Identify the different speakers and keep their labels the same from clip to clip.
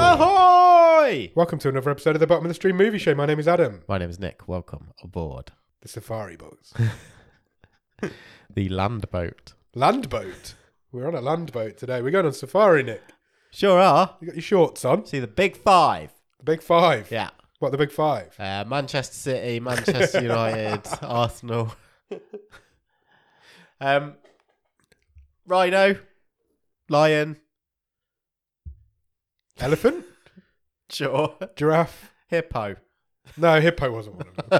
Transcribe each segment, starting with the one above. Speaker 1: Ahoy!
Speaker 2: Welcome to another episode of the Bottom of the Stream Movie Show. My name is Adam,
Speaker 1: My name is Nick. Welcome aboard
Speaker 2: the Safari Boats.
Speaker 1: the land boat.
Speaker 2: land boat. We're on a land boat today. We're going on safari, Nick.
Speaker 1: Sure are.
Speaker 2: You got your shorts on.
Speaker 1: See the big five.
Speaker 2: The big five.
Speaker 1: Yeah.
Speaker 2: What, the big five?
Speaker 1: Uh, Manchester City, Manchester United, Arsenal. um, Rhino, Lion,
Speaker 2: Elephant?
Speaker 1: sure,
Speaker 2: Giraffe?
Speaker 1: Hippo.
Speaker 2: No, hippo wasn't one of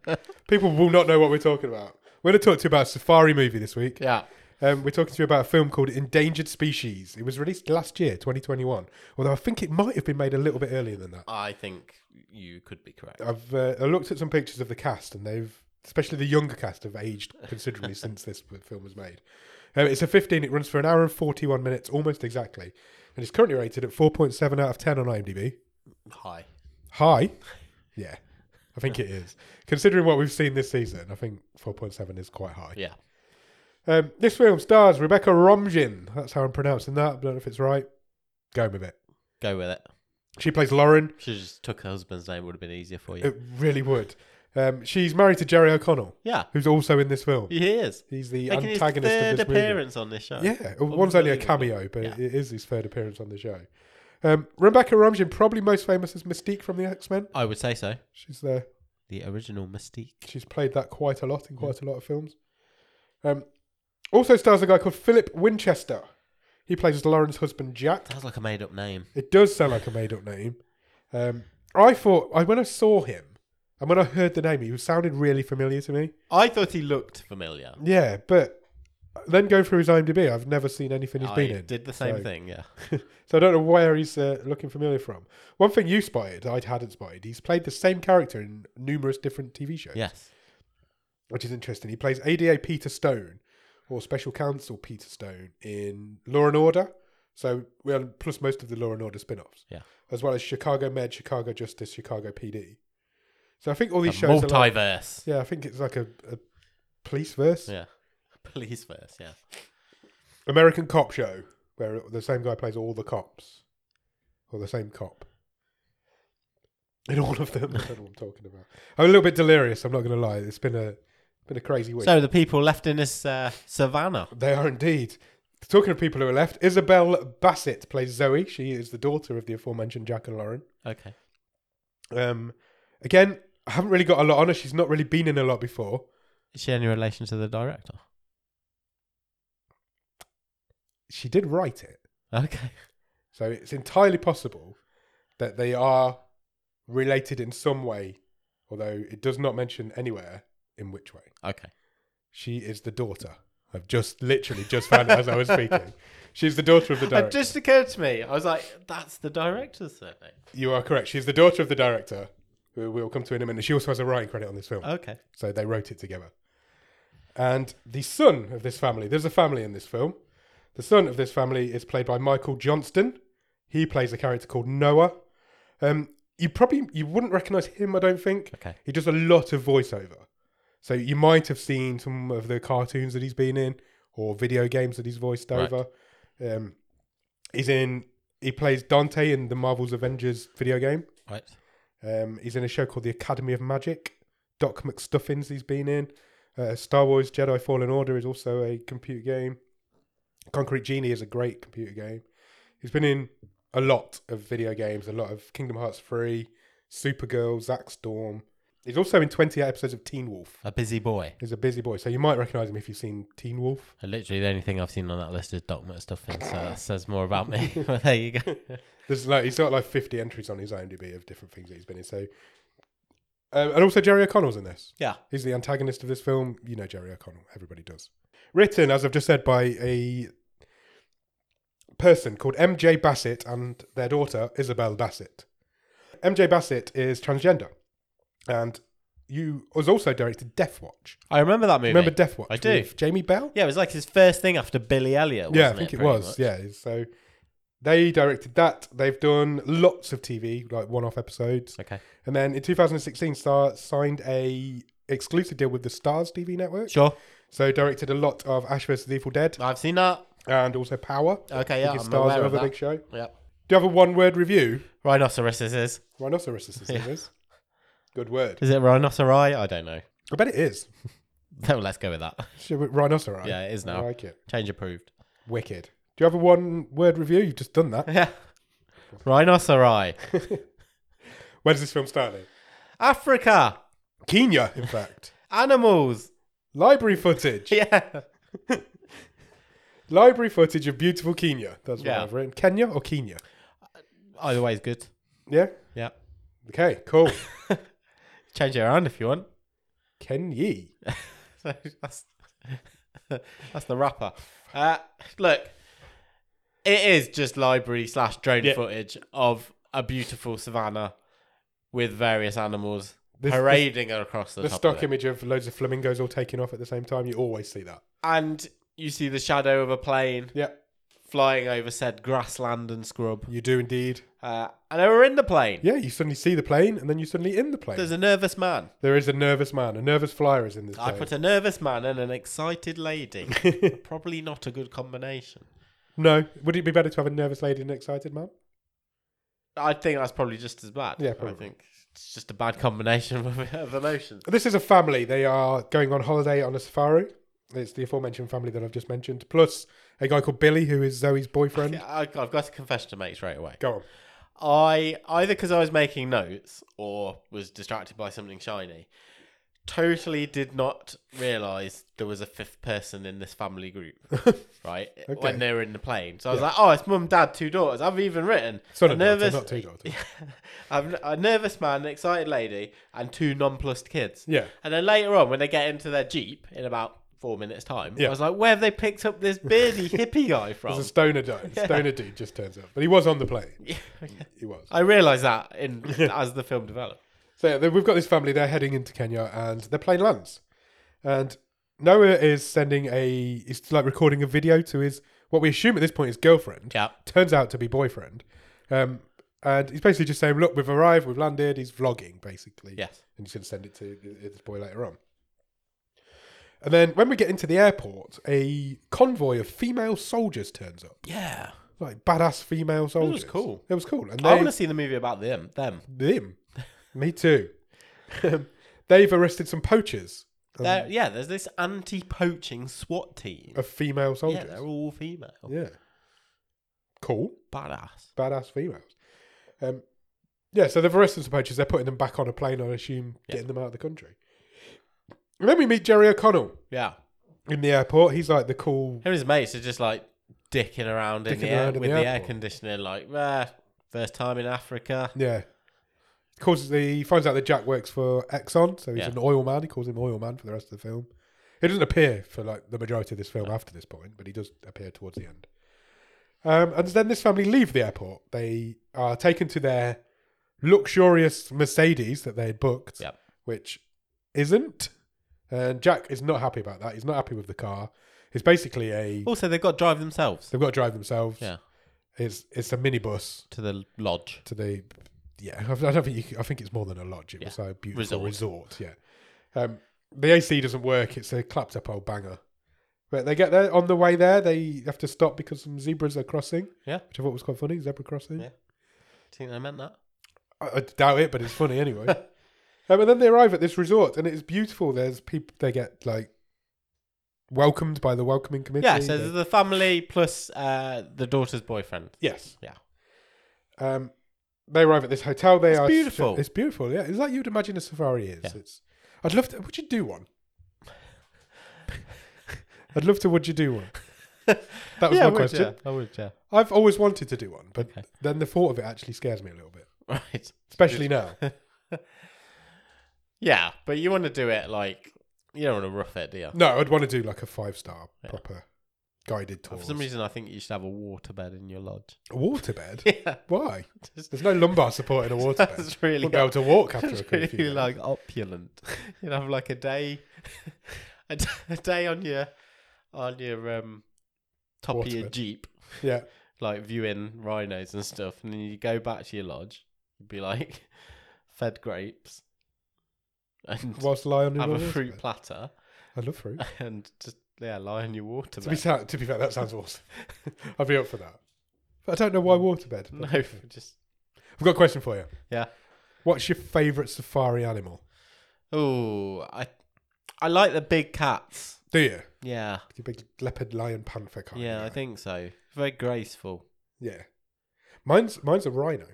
Speaker 2: them. People will not know what we're talking about. We're going to talk to you about a safari movie this week.
Speaker 1: Yeah.
Speaker 2: Um, we're talking to you about a film called Endangered Species. It was released last year, 2021. Although I think it might have been made a little bit earlier than that.
Speaker 1: I think you could be correct.
Speaker 2: I've uh, I looked at some pictures of the cast, and they've, especially the younger cast, have aged considerably since this film was made. Um, it's a 15. It runs for an hour and 41 minutes, almost exactly, and it's currently rated at 4.7 out of 10 on IMDb.
Speaker 1: Hi.
Speaker 2: High, yeah, I think it is. Considering what we've seen this season, I think 4.7 is quite high.
Speaker 1: Yeah.
Speaker 2: Um, this film stars Rebecca Romijn. That's how I'm pronouncing that. I don't know if it's right. Go with it.
Speaker 1: Go with it.
Speaker 2: She plays Lauren.
Speaker 1: Should have just took her husband's name. Would have been easier for you.
Speaker 2: It really would. Um, she's married to Jerry O'Connell,
Speaker 1: yeah.
Speaker 2: who's also in this film.
Speaker 1: He is.
Speaker 2: He's the
Speaker 1: Making his
Speaker 2: antagonist
Speaker 1: third
Speaker 2: of this
Speaker 1: appearance on this show.
Speaker 2: movie. Yeah, one's only a
Speaker 1: Unbelievable.
Speaker 2: cameo, but
Speaker 1: Yeah.
Speaker 2: it is his third appearance on the show. Um, Rebecca Romijn, probably most famous as Mystique from the X Men.
Speaker 1: I would say so.
Speaker 2: She's there.
Speaker 1: The original Mystique.
Speaker 2: She's played that quite a lot in quite a lot of films. Um, also stars a guy called Philip Winchester. He plays Lauren's husband Jack.
Speaker 1: Sounds like a made up name.
Speaker 2: It does sound like a made up name. Um, I thought I when I saw him and when I heard the name, he sounded really familiar to me.
Speaker 1: I thought he looked familiar.
Speaker 2: Yeah, but then going through his IMDb, I've never seen anything he's
Speaker 1: I
Speaker 2: been in.
Speaker 1: did the same
Speaker 2: so-
Speaker 1: thing, yeah.
Speaker 2: So I don't know where he's uh, looking familiar from. One thing you spotted, I hadn't spotted. He's played the same character in numerous different TV shows,
Speaker 1: Yes.
Speaker 2: which is interesting. He plays ADA Peter Stone or Special Counsel Peter Stone in Law and Order. So well, plus most of the Law and Order spin-offs,
Speaker 1: Yeah.
Speaker 2: as well as Chicago Med, Chicago Justice, Chicago PD. So I think all
Speaker 1: A
Speaker 2: these shows are like-
Speaker 1: multiverse.
Speaker 2: yeah, I think it's like a, a police verse,
Speaker 1: yeah. Police verse, yeah.
Speaker 2: American cop show where the same guy plays all the cops, or the same cop in all of them. I don't know what I'm talking about. I'm a little bit delirious. I'm not going to lie. It's been a been a crazy week.
Speaker 1: So the people left in this uh, savannah.
Speaker 2: they are indeed. Talking of people who are left, Isabel Bassett plays Zoe. She is the daughter of the aforementioned Jack and Lauren.
Speaker 1: Okay.
Speaker 2: Um, again, I haven't really got a lot on her. She's not really been in a lot before.
Speaker 1: Is she any relation to the director?
Speaker 2: She did write it.
Speaker 1: Okay.
Speaker 2: So it's entirely possible that they are related in some way, although it does not mention anywhere in which way.
Speaker 1: Okay.
Speaker 2: She is the daughter. I've just literally just found it as I was speaking. She's the daughter of the
Speaker 1: It
Speaker 2: director.
Speaker 1: just occurred to me. I was like, that's the director's surname.
Speaker 2: You are correct. She's the daughter of the director, who we'll come to in a minute. She also has a writing credit on this film.
Speaker 1: Okay.
Speaker 2: So they wrote it together. And the son of this family, there's a family in this film. The son of this family is played by Michael Johnston. He plays a character called Noah. Um, you probably you wouldn't recognise him, I don't think.
Speaker 1: Okay.
Speaker 2: He does a lot of voiceover, so you might have seen some of the cartoons that he's been in or video games that he's voiced
Speaker 1: Right.
Speaker 2: over. Um, he's in. He plays Dante in the Marvel's Avengers video game.
Speaker 1: Right.
Speaker 2: Um, he's in a show called The Academy of Magic. Doc McStuffins he's been in. Uh, Star Wars Jedi Fallen Order is also a computer game. Concrete Genie is a great computer game. He's been in a lot of video games, a lot of Kingdom Hearts 3, Supergirl, Zack Storm. He's also in 28 episodes of Teen Wolf.
Speaker 1: A busy boy.
Speaker 2: He's a busy boy, so you might recognise him if you've seen Teen Wolf.
Speaker 1: And Literally the only thing I've seen on that list is Doc McStuffins, so that uh, says more about me. well, there you go.
Speaker 2: There's like he's got like 50 entries on his IMDb of different things that he's been in. So, um, and also Jerry O'Connell's in this.
Speaker 1: Yeah.
Speaker 2: He's the antagonist of this film. You know Jerry O'Connell. Everybody does. Written, as I've just said, by a person called MJ Bassett and their daughter, Isabel Bassett. MJ Bassett is transgender. And you was also directed Death Watch.
Speaker 1: I remember that movie.
Speaker 2: Remember Death Watch?
Speaker 1: I do.
Speaker 2: with Jamie Bell?
Speaker 1: Yeah, it was like his first thing after Billy Elliot. Wasn't
Speaker 2: yeah, I think it,
Speaker 1: pretty
Speaker 2: was.
Speaker 1: much?
Speaker 2: Yeah. So they directed that. They've done lots of TV, like one off episodes.
Speaker 1: Okay.
Speaker 2: And then in 2016, Star signed a exclusive deal with the Stars TV network.
Speaker 1: Sure.
Speaker 2: So directed a lot of Ash vs. the Evil Dead
Speaker 1: I've seen that.
Speaker 2: and also Power.
Speaker 1: Okay,
Speaker 2: I think
Speaker 1: Uh, yeah,
Speaker 2: his
Speaker 1: I'm
Speaker 2: stars
Speaker 1: aware
Speaker 2: are
Speaker 1: of
Speaker 2: a
Speaker 1: that.
Speaker 2: big show.
Speaker 1: Yep.
Speaker 2: you have a one word review?
Speaker 1: Rhinoceroses is.
Speaker 2: Rhinoceros is
Speaker 1: Yeah.
Speaker 2: is. Good word.
Speaker 1: Is it rhinoceri? I don't know.
Speaker 2: I bet it is.
Speaker 1: No, let's go with that.
Speaker 2: Should we- Rhinoceros.
Speaker 1: Yeah, it is
Speaker 2: I
Speaker 1: now.
Speaker 2: like it.
Speaker 1: Change approved.
Speaker 2: Wicked. Do you have a one word review? You've just done that.
Speaker 1: Yeah. Rhinoceri.
Speaker 2: Where does this film start then?
Speaker 1: Africa.
Speaker 2: Kenya, in fact.
Speaker 1: Animals.
Speaker 2: Library footage.
Speaker 1: Yeah.
Speaker 2: Library footage of beautiful Kenya. That's what
Speaker 1: Yeah.
Speaker 2: I've written. Kenya or Kenya?
Speaker 1: Either way is good.
Speaker 2: Yeah?
Speaker 1: Yeah.
Speaker 2: Okay, cool.
Speaker 1: Change it around if you want.
Speaker 2: Kenya.
Speaker 1: So that's that's the wrapper. Uh, look, it is just library slash drone
Speaker 2: Yeah.
Speaker 1: footage of a beautiful savannah with various animals
Speaker 2: This-
Speaker 1: parading across the,
Speaker 2: The
Speaker 1: top
Speaker 2: stock
Speaker 1: of it.
Speaker 2: image of loads of flamingos all taking off at the same time. You always see that.
Speaker 1: and you see the shadow of a plane
Speaker 2: Yeah,
Speaker 1: flying over said grassland and scrub.
Speaker 2: you do indeed.
Speaker 1: Uh, and they were in the plane.
Speaker 2: Yeah, you suddenly see the plane and then you're suddenly in the plane.
Speaker 1: There's a nervous man.
Speaker 2: There is a nervous man. A nervous flyer is in this
Speaker 1: I
Speaker 2: plane.
Speaker 1: put a nervous man and an excited lady. Probably not a good combination.
Speaker 2: no. Would it be better to have a nervous lady and an excited man?
Speaker 1: I think that's probably just as bad.
Speaker 2: Yeah, probably.
Speaker 1: I think it's just a bad combination of, of emotions.
Speaker 2: This is a family. They are going on holiday on a safari. It's the aforementioned family that I've just mentioned, plus a guy called Billy, who is Zoe's boyfriend.
Speaker 1: Yeah, I, I've got a confession to make straight away.
Speaker 2: Go on.
Speaker 1: I either because I was making notes or was distracted by something shiny, totally did not realize there was a fifth person in this family group. right
Speaker 2: Okay.
Speaker 1: when they were in the plane, so I was like, "Oh, it's mum, dad, two daughters." I've even written
Speaker 2: Son
Speaker 1: a
Speaker 2: of daughter,
Speaker 1: nervous,
Speaker 2: not two daughters.
Speaker 1: I've- a nervous man, an excited lady, and two nonplussed kids.
Speaker 2: Yeah.
Speaker 1: And then later on, when they get into their jeep in about four minutes' time,
Speaker 2: Yeah.
Speaker 1: I was like, "Where have they picked up this beardy hippie guy
Speaker 2: There's
Speaker 1: from?"
Speaker 2: a stoner dude. Stoner dude just turns up. But he was on the plane. He was.
Speaker 1: I realised that in as the film developed.
Speaker 2: So yeah, th- we've got this family. They're heading into Kenya, and they're playing lands. And Noah is sending a, he's like recording a video to his, what we assume at this point is girlfriend.
Speaker 1: Yeah.
Speaker 2: Turns out to be boyfriend. Um, and he's basically just saying, "Look, we've arrived. We've landed." He's vlogging basically.
Speaker 1: Yes.
Speaker 2: and he's going to send it to th- this boy later on. And then when we get into the airport, a convoy of female soldiers turns up,
Speaker 1: Yeah.
Speaker 2: like badass female soldiers.
Speaker 1: cool.
Speaker 2: It was cool. And
Speaker 1: I
Speaker 2: they, Um,
Speaker 1: want to see the movie about them. Them.
Speaker 2: them. Me too. Um, They've arrested some poachers um,
Speaker 1: They're- yeah, there's this anti-poaching SWAT team.
Speaker 2: of female
Speaker 1: Yeah,
Speaker 2: soldiers.
Speaker 1: they're all female.
Speaker 2: yeah. Cool.
Speaker 1: Badass.
Speaker 2: Badass females. Um, yeah, so they've arrested some poachers. They're putting them back on a plane, I assume, getting them out of the country. And then we meet Jerry O'Connell
Speaker 1: Yeah.
Speaker 2: in the airport. He's like the cool.
Speaker 1: Him and his mates are just like dicking around in
Speaker 2: Dicking
Speaker 1: the air
Speaker 2: around in
Speaker 1: with
Speaker 2: the
Speaker 1: the, air
Speaker 2: airport. Mm.
Speaker 1: conditioning, like "Ah, first time in Africa.
Speaker 2: Yeah. Calls the, he finds out that Jack works for Exxon, so he's
Speaker 1: Yeah.
Speaker 2: an oil man. He calls him oil man for the rest of the film. He doesn't appear for like the majority of this film after this point, but he does appear towards the end. Um, and then this family leave the airport. They are taken to their luxurious Mercedes that they had booked,
Speaker 1: Yep.
Speaker 2: which isn't. And Jack is not happy about that. He's not happy with the car. It's basically a
Speaker 1: Also, they've got to drive themselves
Speaker 2: they've got to drive themselves.
Speaker 1: Yeah.
Speaker 2: It's it's a minibus
Speaker 1: to the lodge.
Speaker 2: to the yeah. I don't think you. c- I think it's more than a lodge. It
Speaker 1: Yeah.
Speaker 2: was a beautiful
Speaker 1: Resort.
Speaker 2: resort. Yeah. Um, the AC doesn't work. It's a clapped up old banger. But they get there on the way there. They have to stop because some zebras are crossing.
Speaker 1: Yeah.
Speaker 2: which I thought was quite funny. Zebra crossing.
Speaker 1: Yeah. Do you think they meant that?
Speaker 2: I, I doubt it, but it's funny anyway. um, and then they arrive at this resort, and it's beautiful. There's people. They get like welcomed by the welcoming committee.
Speaker 1: Yeah, so
Speaker 2: They-
Speaker 1: the family plus uh, the daughter's boyfriend.
Speaker 2: yes.
Speaker 1: Yeah.
Speaker 2: Um, they arrive at this hotel. They
Speaker 1: It's
Speaker 2: are
Speaker 1: beautiful.
Speaker 2: It's beautiful. Yeah, it's like you'd imagine a safari is.
Speaker 1: Yeah.
Speaker 2: It's. I'd love to. Would you do one? I'd love to. Would you do one? That was
Speaker 1: yeah,
Speaker 2: my
Speaker 1: I would,
Speaker 2: question.
Speaker 1: yeah. I would, yeah.
Speaker 2: I've always wanted to do one, but
Speaker 1: Okay.
Speaker 2: then the thought of it actually scares me a little bit,
Speaker 1: Right.
Speaker 2: especially now.
Speaker 1: Yeah, but you want to do it like you don't want to rough it, do you?
Speaker 2: No, I'd want to do like a five star
Speaker 1: Yeah.
Speaker 2: proper guided tour.
Speaker 1: For some reason, I think you should have a waterbed in your lodge.
Speaker 2: a waterbed.
Speaker 1: Yeah,
Speaker 2: Why?
Speaker 1: just,
Speaker 2: There's no lumbar support in a waterbed.
Speaker 1: that's really,
Speaker 2: Wouldn't be able to walk after a
Speaker 1: that's
Speaker 2: few
Speaker 1: really
Speaker 2: days.
Speaker 1: like opulent. You'd have like a day, a, d- a day on your on your um top of your
Speaker 2: Waterbed.
Speaker 1: jeep,
Speaker 2: Yeah.
Speaker 1: like viewing rhinos and stuff, and then you go back to your lodge. You'd be like fed grapes and
Speaker 2: Whilst lie on your
Speaker 1: have a
Speaker 2: waterbed.
Speaker 1: fruit platter
Speaker 2: I love fruit.
Speaker 1: and just yeah lie on your waterbed.
Speaker 2: To be, sa- to be fair, that sounds awesome. I'd be up for that. I don't know why waterbed. but-
Speaker 1: Mm. No, just
Speaker 2: I've got a question for you.
Speaker 1: Yeah.
Speaker 2: What's your favourite safari animal?
Speaker 1: oh, I I like the big cats.
Speaker 2: Do you?
Speaker 1: Yeah,
Speaker 2: The big leopard, lion, panther kind.
Speaker 1: yeah, I
Speaker 2: guy.
Speaker 1: think so. Very graceful.
Speaker 2: Yeah. Mine's mine's a rhino.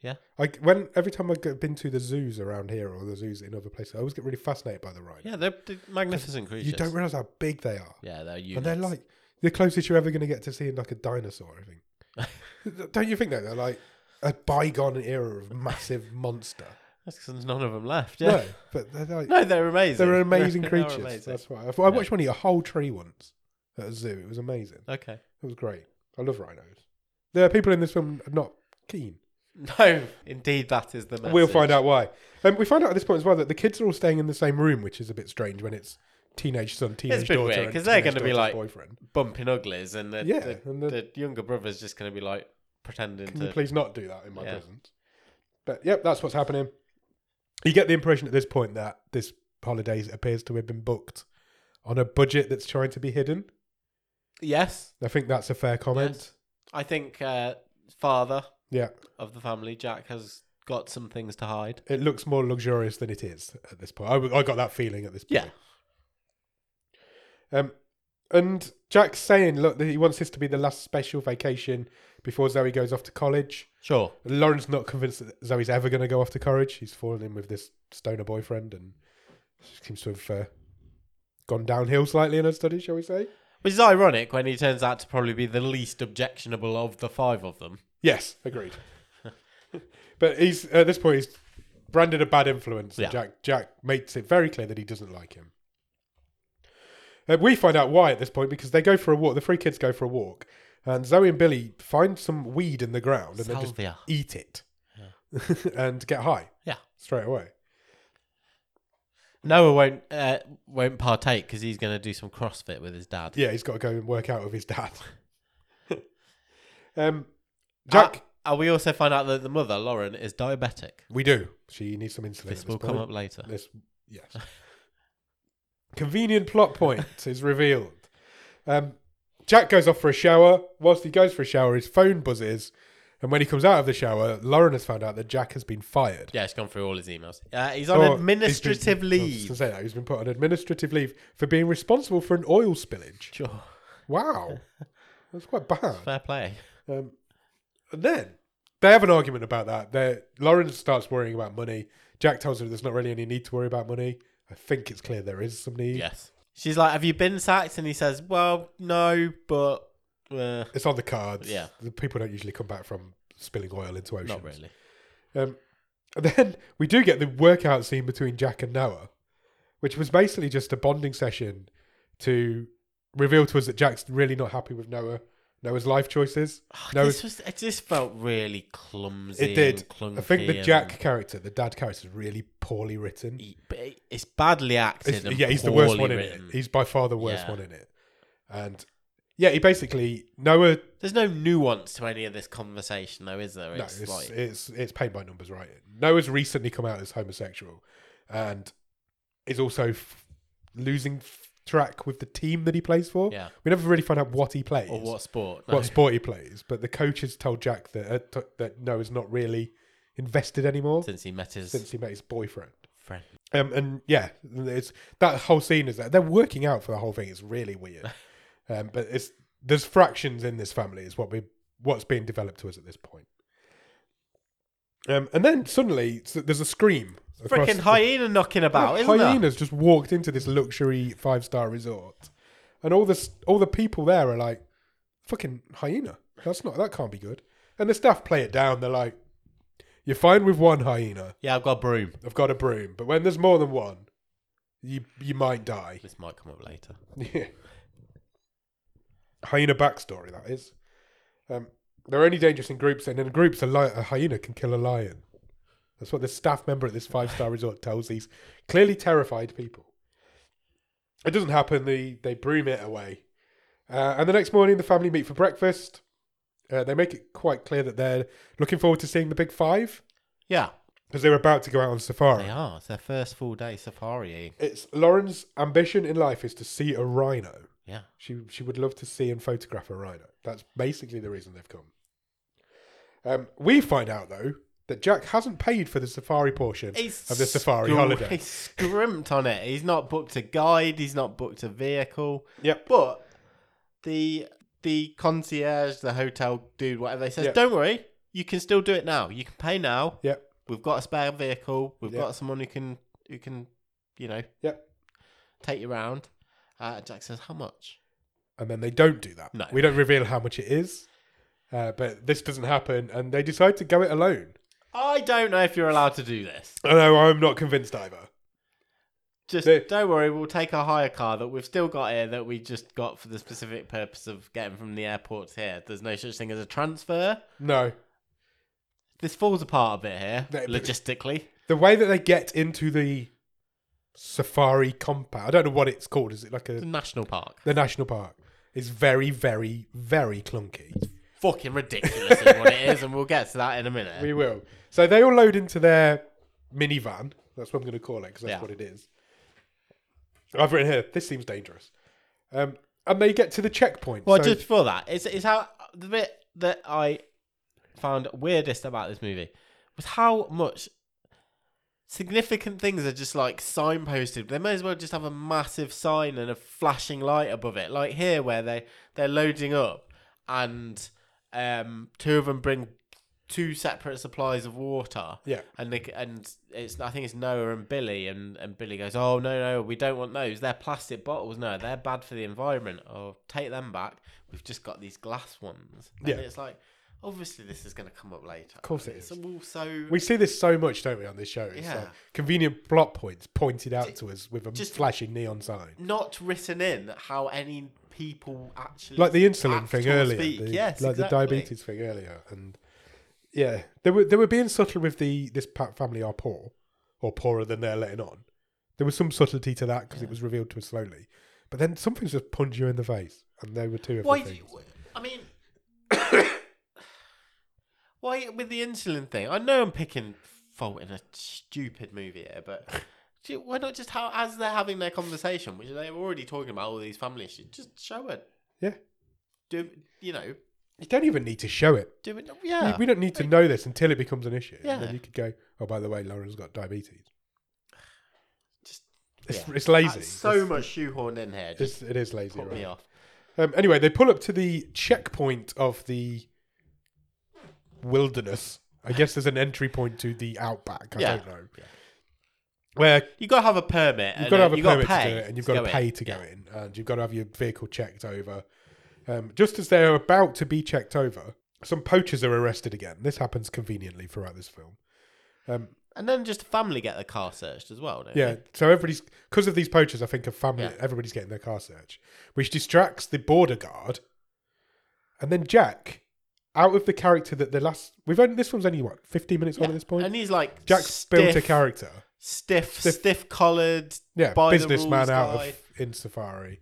Speaker 1: Yeah.
Speaker 2: I when every time I've got- been to the zoos around here or the zoos in other places, I always get really fascinated by the rhino.
Speaker 1: Yeah, they're, they're magnificent creatures.
Speaker 2: you don't realise how big they are,
Speaker 1: Yeah, they're
Speaker 2: and
Speaker 1: units.
Speaker 2: they're like the closest you're ever going to get to seeing like a dinosaur. I think. don't you think that they're like a bygone era of massive monster?
Speaker 1: That's 'cause there's none of them left. Yeah.
Speaker 2: No, but they're like
Speaker 1: No, they're amazing.
Speaker 2: they're amazing
Speaker 1: They are
Speaker 2: creatures.
Speaker 1: amazing.
Speaker 2: That's why I, I watched one eat a whole tree once at a zoo. It was amazing.
Speaker 1: Okay.
Speaker 2: It was great. I love rhinos. There are people in this film not keen.
Speaker 1: No, indeed, that is the. Message.
Speaker 2: We'll find out why. Um, we find out at this point as well that the kids are all staying in the same room, which is a bit strange when it's teenage son, teenage
Speaker 1: been
Speaker 2: daughter,
Speaker 1: weird,
Speaker 2: and
Speaker 1: 'cause they're
Speaker 2: teenage
Speaker 1: gonna be
Speaker 2: daughter's
Speaker 1: like-
Speaker 2: boyfriend.
Speaker 1: bumping uglies, and the,
Speaker 2: Yeah,
Speaker 1: the,
Speaker 2: and the-
Speaker 1: the younger brother's just going to be like pretending
Speaker 2: Can
Speaker 1: to.
Speaker 2: you please not do that in my
Speaker 1: Yeah.
Speaker 2: presence? But yep, that's what's happening. You get the impression at this point that this holidays appears to have been booked on a budget that's trying to be hidden.
Speaker 1: Yes,
Speaker 2: I think that's a fair comment.
Speaker 1: I think uh, father
Speaker 2: Yeah.
Speaker 1: of the family, Jack, has got some things to hide.
Speaker 2: it looks more luxurious than it is at this point. I, w- I got that feeling at this point.
Speaker 1: Yeah.
Speaker 2: Um, and Jack's saying, look, that he wants this to be the last special vacation before Zoe goes off to college.
Speaker 1: Sure.
Speaker 2: Lauren's not convinced that Zoe's ever going to go off to college. She's fallen in with this stoner boyfriend, and she seems to have uh, gone downhill slightly in her studies, shall we say?
Speaker 1: Which is ironic when he turns out to probably be the least objectionable of the five of them.
Speaker 2: Yes, agreed. but he's at this point he's branded a bad influence. And
Speaker 1: Yeah.
Speaker 2: Jack Jack makes it very clear that he doesn't like him. Uh, we find out why at this point because they go for a walk. The three kids go for a walk, and Zoe and Billy find some weed in the ground and they just
Speaker 1: Salvia.
Speaker 2: eat it and get high.
Speaker 1: Yeah.
Speaker 2: straight away.
Speaker 1: Noah won't uh, won't partake because he's going to do some CrossFit with his dad.
Speaker 2: Yeah, he's got to go and work out with his dad. um, Jack,
Speaker 1: Ah, and we also find out that the mother, Lauren, is diabetic.
Speaker 2: we do. She needs some insulin. at
Speaker 1: This
Speaker 2: this
Speaker 1: will
Speaker 2: point.
Speaker 1: come up later.
Speaker 2: This, yes. Convenient plot point is revealed. Um, Jack goes off for a shower. Whilst he goes for a shower, his phone buzzes. And when he comes out of the shower, Lauren has found out that Jack has been fired.
Speaker 1: Yeah, he's gone through all his emails. Uh, he's on
Speaker 2: Or
Speaker 1: administrative
Speaker 2: he's been- I was
Speaker 1: leave.
Speaker 2: gonna say that. He's been put on administrative leave for being responsible for an oil spillage.
Speaker 1: Sure.
Speaker 2: Wow. That's quite bad.
Speaker 1: Fair play.
Speaker 2: Um, and then they have an argument about that. They Lauren starts worrying about money. Jack tells her there's not really any need to worry about money. I think it's clear there is some need.
Speaker 1: Yes. She's like, "Have you been sacked?" And he says, "Well, no, but uh,
Speaker 2: It's on the cards.
Speaker 1: Yeah.
Speaker 2: The people don't usually come back from spilling oil into oceans.
Speaker 1: not really."
Speaker 2: Um, and then we do get the workout scene between Jack and Noah, which was basically just a bonding session to reveal to us that Jack's really not happy with Noah, Noah's life choices. No,
Speaker 1: Ah, this was. It just felt really clumsy.
Speaker 2: It did.
Speaker 1: And clunky
Speaker 2: I think the
Speaker 1: and-
Speaker 2: Jack character, the dad character, is really poorly written.
Speaker 1: He- It's badly acted.
Speaker 2: It's-
Speaker 1: and
Speaker 2: yeah, he's the worst
Speaker 1: poorly
Speaker 2: one in it.
Speaker 1: written.
Speaker 2: He's by far the worst
Speaker 1: Yeah.
Speaker 2: one in it. And yeah, he basically Noah.
Speaker 1: There's no nuance to any of this conversation, though, is there?
Speaker 2: No,
Speaker 1: It's
Speaker 2: it's it's,
Speaker 1: like
Speaker 2: it's paint by numbers, right? Noah's recently come out as homosexual, and is also f- losing f- track with the team that he plays for.
Speaker 1: Yeah.
Speaker 2: we never really find out what he plays
Speaker 1: or what sport? No.
Speaker 2: what sport he plays. But the coach has told Jack that uh, t- that Noah's not really invested anymore
Speaker 1: Since he met his
Speaker 2: since he met his boyfriend.
Speaker 1: friend.
Speaker 2: Um, and yeah, it's that whole scene is that they're working out for the whole thing. It's really weird, um, but it's there's fractions in this family is what we what's being developed to us at this point. Um, and then suddenly s- there's a scream. across
Speaker 1: Freaking
Speaker 2: the- Oh,
Speaker 1: hyena knocking about, isn't there?
Speaker 2: hyenas just walked into this luxury five star resort, and all this all the people there are like, "Fucking hyena! That's not that can't be good." And the staff play it down. They're like, "You're fine with one hyena."
Speaker 1: Yeah, I've got a broom.
Speaker 2: I've got a broom. But when there's more than one, you you might die.
Speaker 1: This might come up later.
Speaker 2: Yeah. hyena backstory that is. Um, they're only dangerous in groups, and in groups, a, li- a hyena can kill a lion. That's what the staff member at this five star resort tells these clearly terrified people. It doesn't happen. They they broom it away, uh, and the next morning the family meet for breakfast. Uh, they make it quite clear that they're looking forward to seeing the big five
Speaker 1: Yeah,
Speaker 2: because they're about to go out on safari.
Speaker 1: they are. It's their first full day safari.
Speaker 2: It's Lauren's ambition in life is to see a rhino.
Speaker 1: Yeah.
Speaker 2: She she would love to see and photograph a rhino. That's basically the reason they've come. Um, we find out though that Jack hasn't paid for the safari portion
Speaker 1: He's
Speaker 2: of the safari
Speaker 1: scrim-
Speaker 2: holiday.
Speaker 1: He's scrimped on it. He's not booked a guide. He's not booked a vehicle.
Speaker 2: Yep.
Speaker 1: But the the concierge, the hotel dude, whatever they says,
Speaker 2: Yep.
Speaker 1: don't worry, you can still do it now. You can pay now.
Speaker 2: Yep.
Speaker 1: We've got a spare vehicle. We've
Speaker 2: Yep.
Speaker 1: got someone who can who can you know
Speaker 2: Yep.
Speaker 1: take you round. Uh, Jack says, how much?
Speaker 2: And then they don't do that.
Speaker 1: No.
Speaker 2: We don't reveal how much it is. Uh, but this doesn't happen, and they decide to go it alone.
Speaker 1: I don't know if you're allowed to do this.
Speaker 2: Although I'm not convinced either.
Speaker 1: Just
Speaker 2: They-
Speaker 1: don't worry, we'll take a hire car that we've still got here that we just got for the specific purpose of getting from the airport to here. There's no such thing as a transfer.
Speaker 2: No.
Speaker 1: This falls apart a bit here,
Speaker 2: No, but-
Speaker 1: logistically.
Speaker 2: The way that they get into the safari compound, I don't know what it's called. Is it like
Speaker 1: The
Speaker 2: a
Speaker 1: national park.
Speaker 2: the national park? It's very, very, very clunky.
Speaker 1: Fucking ridiculous is what it is, and we'll get to that in a minute.
Speaker 2: We will. So they all load into their minivan. That's what I'm going to call it because that's
Speaker 1: Yeah.
Speaker 2: what it is. I've written here. This seems dangerous. Um, and they get to the checkpoint.
Speaker 1: well,
Speaker 2: so-
Speaker 1: just before that, it's, it's how the bit that I found weirdest about this movie was how much significant things are just like signposted. They may as well just have a massive sign and a flashing light above it, like here where they they're loading up, and um, two of them bring two separate supplies of water.
Speaker 2: yeah,
Speaker 1: And they, and it's I think it's Noah and Billy and, and Billy goes oh no no we don't want those they're plastic bottles no they're bad for the environment oh take them back we've just got these glass ones and
Speaker 2: Yeah.
Speaker 1: it's like obviously this is going to come up later of
Speaker 2: course it is.
Speaker 1: it's also
Speaker 2: we see this so much, don't we, on this show? It's
Speaker 1: Yeah.
Speaker 2: like convenient plot points pointed out to us with a
Speaker 1: just-
Speaker 2: flashing neon sign,
Speaker 1: not written in how any people actually
Speaker 2: like the insulin
Speaker 1: act
Speaker 2: thing
Speaker 1: or
Speaker 2: earlier,
Speaker 1: speak.
Speaker 2: the-
Speaker 1: yes
Speaker 2: like
Speaker 1: exactly.
Speaker 2: the diabetes thing earlier, and yeah, they were they were being subtle with the this pa- family are poor or poorer than they're letting on. There was some subtlety to that because it was revealed to us slowly, but then some things just punch you in the face, and they were two of
Speaker 1: Why
Speaker 2: the
Speaker 1: do
Speaker 2: things.
Speaker 1: you, I mean, why with the insulin thing? I know I'm picking fault in a stupid movie here, but do you- why not just how as they're having their conversation, which they're already talking about all these family issues, just show it.
Speaker 2: Yeah.
Speaker 1: Do you know?
Speaker 2: You don't even need to show it.
Speaker 1: Do it.
Speaker 2: We-
Speaker 1: Yeah.
Speaker 2: We don't need to know this until it becomes an issue. And
Speaker 1: Yeah.
Speaker 2: then you could go, oh, by the way, Lauren's got diabetes.
Speaker 1: Just
Speaker 2: It's,
Speaker 1: yeah.
Speaker 2: it's lazy.
Speaker 1: That's so
Speaker 2: It's-
Speaker 1: much shoehorned in here. Just
Speaker 2: It's, it is lazy.
Speaker 1: put
Speaker 2: Right?
Speaker 1: me off.
Speaker 2: Um, anyway, they pull up to the checkpoint of the wilderness. I guess there's an entry point to the outback. I
Speaker 1: Yeah.
Speaker 2: don't know. Where
Speaker 1: You gotta have a permit.
Speaker 2: you've
Speaker 1: and
Speaker 2: got to have a
Speaker 1: you
Speaker 2: permit
Speaker 1: gotta
Speaker 2: to
Speaker 1: pay
Speaker 2: do it, and you've got to
Speaker 1: go in.
Speaker 2: pay to go in, and you've got to have your vehicle checked over. Um, just as they're about to be checked over, some poachers are arrested again. This happens conveniently throughout this film. Um,
Speaker 1: And then just the family get the car searched as well. Don't
Speaker 2: yeah,
Speaker 1: they?
Speaker 2: so everybody's because of these poachers. I think a family.
Speaker 1: Yeah.
Speaker 2: Everybody's getting their car searched, which distracts the border guard, and then Jack, out of the character that the last we've only this one's only what fifteen minutes on at this point.
Speaker 1: And he's like
Speaker 2: Jack's built a
Speaker 1: stiff,
Speaker 2: character.
Speaker 1: stiff,
Speaker 2: Stiff-
Speaker 1: stiff, collared.
Speaker 2: Yeah,
Speaker 1: by the
Speaker 2: businessman
Speaker 1: rules
Speaker 2: out
Speaker 1: guy.
Speaker 2: of in Safari.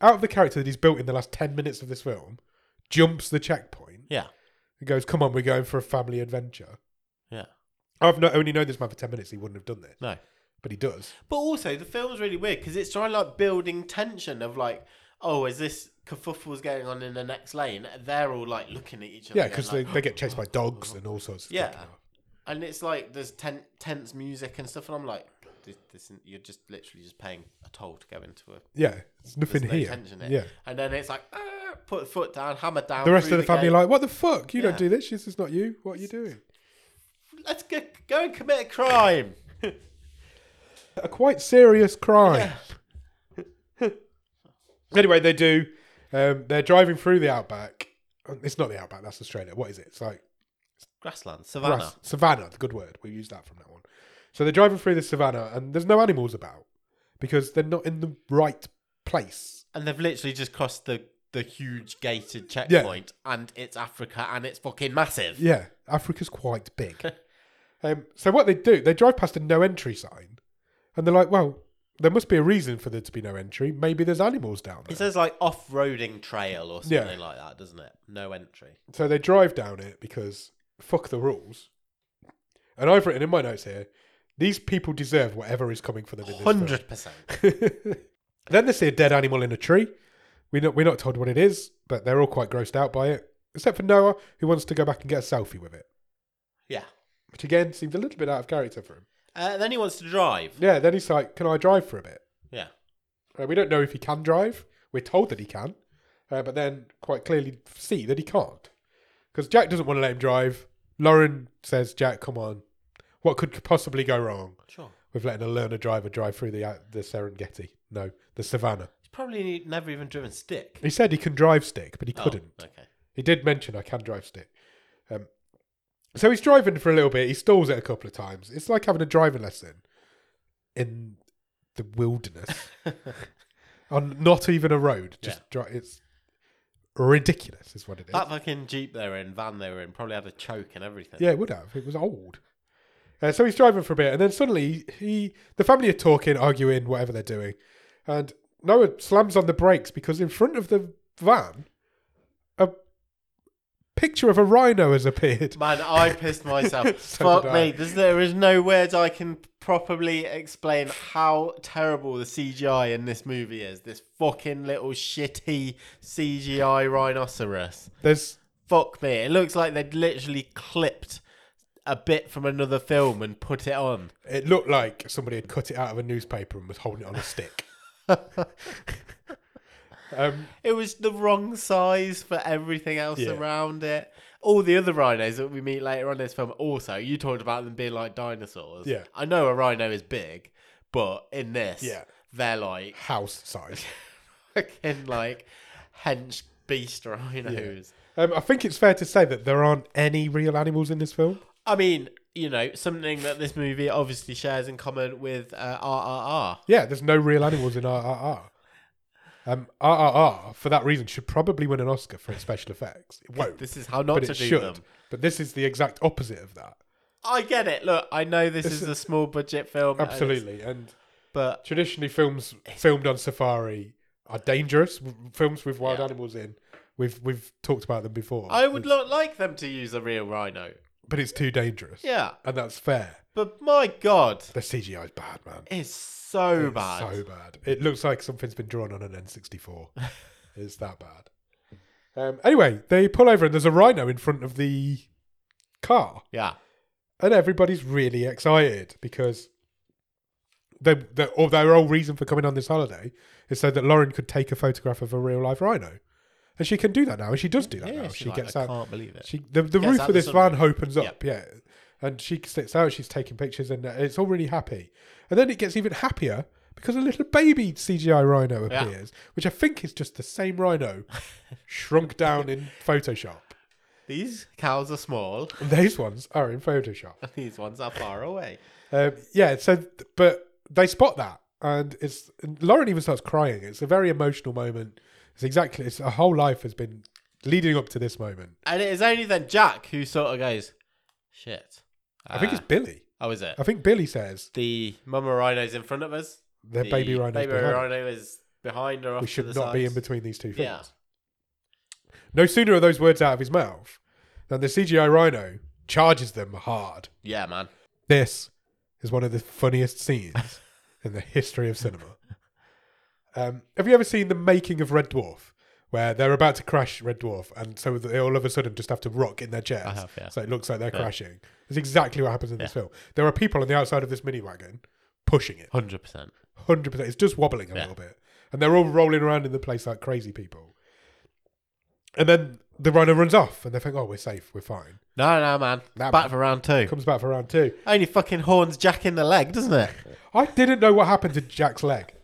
Speaker 2: Out of the character that he's built in the last ten minutes of this film, jumps the checkpoint
Speaker 1: Yeah,
Speaker 2: and goes, "Come on, we're going for a family adventure."
Speaker 1: yeah.
Speaker 2: I've not only known this man for ten minutes; he wouldn't have done this,
Speaker 1: No,
Speaker 2: but he does.
Speaker 1: but also the film's really weird because it's trying like building tension of like, oh, is this kerfuffle's going on in the next lane? They're all like looking at each other.
Speaker 2: Yeah,
Speaker 1: going,
Speaker 2: because
Speaker 1: like,
Speaker 2: they, they get chased by dogs and all sorts. of
Speaker 1: Yeah.
Speaker 2: fucking-
Speaker 1: and it's like there's ten- tense music and stuff, and I'm like, this, this isn't- you're just literally just paying a toll to go into a
Speaker 2: Yeah, it's nothing
Speaker 1: there's no
Speaker 2: here.
Speaker 1: tension here.
Speaker 2: yeah,
Speaker 1: And then it's like, "Ah," put the foot down, hammer down.
Speaker 2: the rest
Speaker 1: through
Speaker 2: of the family
Speaker 1: gate.
Speaker 2: are like, what the fuck? You don't
Speaker 1: Yeah.
Speaker 2: do this. This is not you. What are you doing?
Speaker 1: let's go, go and commit a crime.
Speaker 2: A quite serious crime. anyway, they do. Um, they're driving through the outback. Um, It's not the outback. That's Australia. What is it? It's like
Speaker 1: Grassland, savannah.
Speaker 2: grass- savannah. The good word. We'll use that from now on. So they're driving through the savannah, and there's no animals about because they're not in the right place.
Speaker 1: and they've literally just crossed the the huge gated checkpoint, and it's Africa, and it's fucking massive.
Speaker 2: Yeah, Africa's quite big. um, so what they do, they drive past a no entry sign, and they're like, "Well, there must be a reason for there to be no entry. Maybe there's animals down there."
Speaker 1: It says like off-roading trail or
Speaker 2: Yeah.
Speaker 1: something like that, doesn't it? No entry.
Speaker 2: so they drive down it because fuck the rules. And I've written in my notes here, these people deserve whatever is coming for them. in this film.
Speaker 1: Hundred percent.
Speaker 2: then they see a dead animal in a tree. We're not, we're not told what it is, but they're all quite grossed out by it. except for Noah, who wants to go back and get a selfie with it,
Speaker 1: Yeah.
Speaker 2: which again seemed a little bit out of character for him.
Speaker 1: Uh, then he wants to drive.
Speaker 2: Yeah, then he's like, "Can I drive for a bit?"
Speaker 1: Yeah.
Speaker 2: Uh, we don't know if he can drive. We're told that he can, uh, but then quite clearly see that he can't because Jack doesn't want to let him drive. Lauren says, "Jack, come on, what could possibly go wrong
Speaker 1: Sure.
Speaker 2: with letting a learner driver drive through the uh, the Serengeti? No, the Savannah."
Speaker 1: He's probably never even driven stick.
Speaker 2: He said he can drive stick, but he
Speaker 1: Oh,
Speaker 2: couldn't.
Speaker 1: okay.
Speaker 2: He did mention I can drive stick. Um, so he's driving for a little bit. He stalls it a couple of times. It's like having a driving lesson in the wilderness on not even a road. Just dri- it's ridiculous, is what it is.
Speaker 1: That fucking jeep they were in, van they were in, probably had a choke and everything.
Speaker 2: yeah, it would have. It was old. Uh, so he's driving for a bit, and then suddenly he, the family are talking, arguing, whatever they're doing, and Noah slams on the brakes because in front of the van, a picture of a rhino has appeared.
Speaker 1: Man, I pissed myself.
Speaker 2: So did
Speaker 1: Fuck
Speaker 2: I.
Speaker 1: me. There's, there is no words I can properly explain how terrible the CGI in this movie is. This fucking little shitty CGI rhinoceros.
Speaker 2: There's
Speaker 1: Fuck me. It looks like they'd literally clipped a bit from another film and put it on.
Speaker 2: It looked like somebody had cut it out of a newspaper and was holding it on a stick. um,
Speaker 1: It was the wrong size for everything else
Speaker 2: Yeah.
Speaker 1: around it. All the other rhinos that we meet later on in this film, also, you talked about them being like dinosaurs.
Speaker 2: Yeah.
Speaker 1: I know a rhino is big, but in this,
Speaker 2: Yeah.
Speaker 1: they're like
Speaker 2: house size.
Speaker 1: fucking like hench beast rhinos.
Speaker 2: Um, I think it's fair to say that there aren't any real animals in this film.
Speaker 1: I mean, you know, something that this movie obviously shares in common with uh, RRR.
Speaker 2: Yeah, there's no real animals in RRR. Um, RRR, for that reason, should probably win an Oscar for its special effects. It won't,
Speaker 1: This is how not
Speaker 2: Oh, but
Speaker 1: to
Speaker 2: it
Speaker 1: do
Speaker 2: should.
Speaker 1: them.
Speaker 2: But this is the exact opposite of that.
Speaker 1: I get it. Look, I know this
Speaker 2: This
Speaker 1: is
Speaker 2: is-
Speaker 1: a small budget film, and it's-
Speaker 2: Absolutely. And
Speaker 1: but
Speaker 2: traditionally films filmed on safari are dangerous. W- Films with wild
Speaker 1: Yeah.
Speaker 2: animals in, we've we've talked about them before.
Speaker 1: I would
Speaker 2: It's-
Speaker 1: not like them to use a real rhino.
Speaker 2: but it's too dangerous.
Speaker 1: Yeah,
Speaker 2: and that's fair.
Speaker 1: but my god,
Speaker 2: The CGI is bad, man.
Speaker 1: it's so
Speaker 2: It's
Speaker 1: bad.
Speaker 2: So bad. It looks like something's been drawn on an N64. it's that bad. Um, anyway, they pull over and there's a rhino in front of the car,
Speaker 1: Yeah,
Speaker 2: and everybody's really excited because they, they, or their whole reason for coming on this holiday is so that Lauren could take a photograph of a real life rino, and she can do that now, and she does do that now. She,
Speaker 1: like,
Speaker 2: gets
Speaker 1: I
Speaker 2: out.
Speaker 1: can't believe it.
Speaker 2: She the, the
Speaker 1: Gets
Speaker 2: roof
Speaker 1: out
Speaker 2: of
Speaker 1: the
Speaker 2: this van opens
Speaker 1: Yeah.
Speaker 2: up, yeah. and she sits out. She's taking pictures, and uh, it's all really happy. And then it gets even happier because a little baby CGI rhino
Speaker 1: Yeah.
Speaker 2: appears, which I think is just the same rhino shrunk down in Photoshop.
Speaker 1: These cows are small.
Speaker 2: And these ones are in Photoshop.
Speaker 1: These ones are far away.
Speaker 2: Um, yeah, so th- but they spot that, and it's and Lauren even starts crying. It's a very emotional moment. It's exactly it's her whole life has been leading up to this moment.
Speaker 1: And it is only then Jack who sort of goes, "Shit."
Speaker 2: I think
Speaker 1: Ah.
Speaker 2: it's Billy.
Speaker 1: Oh, is it?
Speaker 2: I think Billy says
Speaker 1: The mama rhino's in front of us.
Speaker 2: their
Speaker 1: The
Speaker 2: baby rhino's
Speaker 1: Baby
Speaker 2: behind.
Speaker 1: rhino is behind or off
Speaker 2: we
Speaker 1: to
Speaker 2: should
Speaker 1: the
Speaker 2: not be
Speaker 1: sides.
Speaker 2: in between these two things.
Speaker 1: Yeah.
Speaker 2: No sooner are those words out of his mouth than the CGI rhino charges them hard.
Speaker 1: Yeah, man.
Speaker 2: This is one of the funniest scenes in the history of cinema. Um, have you ever seen the making of Red Dwarf, where they're about to crash Red Dwarf, and so they all of a sudden just have to rock in their chairs,
Speaker 1: I have, yeah.
Speaker 2: so it looks like they're crashing? It's exactly what happens in this film. There are people on the outside of this mini wagon pushing it
Speaker 1: Hundred percent.
Speaker 2: hundred percent. It's just wobbling a
Speaker 1: Yeah.
Speaker 2: little bit, and they're all rolling around in the place like crazy people. And then the rhino runs off, and they think, "Oh, we're safe, we're fine."
Speaker 1: No, no, man.
Speaker 2: Nah,
Speaker 1: Back
Speaker 2: man.
Speaker 1: for round two.
Speaker 2: Comes back for round two.
Speaker 1: Only fucking horns Jack in the leg, doesn't it?
Speaker 2: I didn't know what happened to Jack's leg.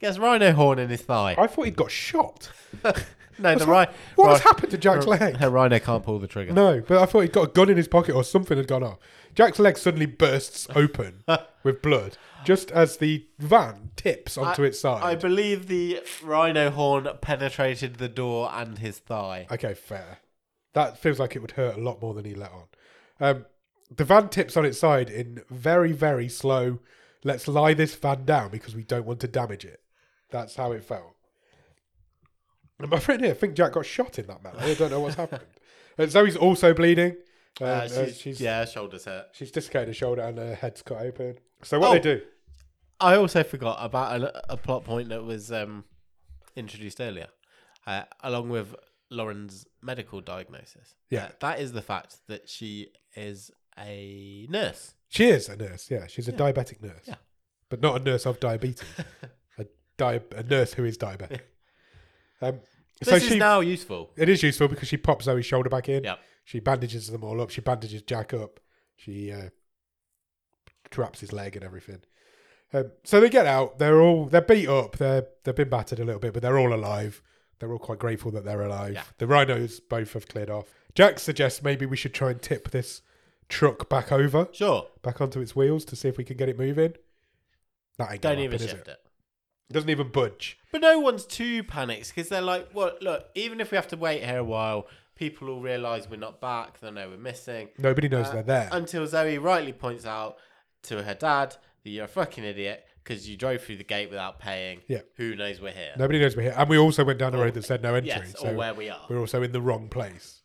Speaker 1: Gets rhino horn in his thigh.
Speaker 2: I thought he'd got shot.
Speaker 1: No, the
Speaker 2: What
Speaker 1: right.
Speaker 2: has happened to Jack's leg?
Speaker 1: Her rhino can't pull the trigger.
Speaker 2: No, but I thought he'd got a gun in his pocket or something had gone off. Jack's leg suddenly bursts open with blood, just as the van tips onto its
Speaker 1: I
Speaker 2: side.
Speaker 1: believe the rhino horn penetrated the door and his thigh.
Speaker 2: Okay, fair. That feels like it would hurt a lot more than he let on. Um, the van tips on its side in very, very slow. Let's lie this van down because we don't want to damage it. That's how it felt. And my friend here, I think Jack got shot in that man. I don't know what's happened. And Zoe's also bleeding. Uh,
Speaker 1: Uh,
Speaker 2: uh,
Speaker 1: she's,
Speaker 2: she's,
Speaker 1: yeah, shoulders hurt.
Speaker 2: she's dislocated her shoulder and her head's cut open. So what
Speaker 1: Oh.
Speaker 2: they do?
Speaker 1: I also forgot about a, a plot point that was um, introduced earlier, uh, along with Lauren's medical diagnosis. Uh,
Speaker 2: Yeah.
Speaker 1: That- that is the fact that she is a nurse.
Speaker 2: She is a nurse. Yeah, she's a
Speaker 1: Yeah.
Speaker 2: diabetic nurse.
Speaker 1: Yeah.
Speaker 2: but not a nurse of diabetes. a, di- a nurse who is diabetic. Um,
Speaker 1: This
Speaker 2: so
Speaker 1: is
Speaker 2: she
Speaker 1: now useful.
Speaker 2: it is useful because she pops Zoe's shoulder back in.
Speaker 1: Yeah.
Speaker 2: She bandages them all up. She bandages Jack up. She uh, traps his leg and everything. Um, so they get out. They're all they're beat up. They're they've been battered a little bit, but they're all alive. They're all quite grateful that they're alive.
Speaker 1: Yeah.
Speaker 2: The rhinos both have cleared off. Jack suggests maybe we should try and tip this truck back over,
Speaker 1: Sure.
Speaker 2: back onto its wheels to see if we can get it moving. That ain't gonna
Speaker 1: Don't even
Speaker 2: happen, is
Speaker 1: shift
Speaker 2: it?
Speaker 1: it.
Speaker 2: Doesn't even budge.
Speaker 1: But no one's too panicked because they're like, well, look, even if we have to wait here a while, people will realise we're not back. They'll know we're missing.
Speaker 2: Nobody knows
Speaker 1: Uh,
Speaker 2: they're there.
Speaker 1: Until Zoe rightly points out to her dad that you're a fucking idiot because you drove through the gate without paying.
Speaker 2: Yeah.
Speaker 1: Who knows we're here?
Speaker 2: Nobody knows we're here, and we also went down a road that said no entry.
Speaker 1: yes,
Speaker 2: so
Speaker 1: or where we are.
Speaker 2: we're also in the wrong place.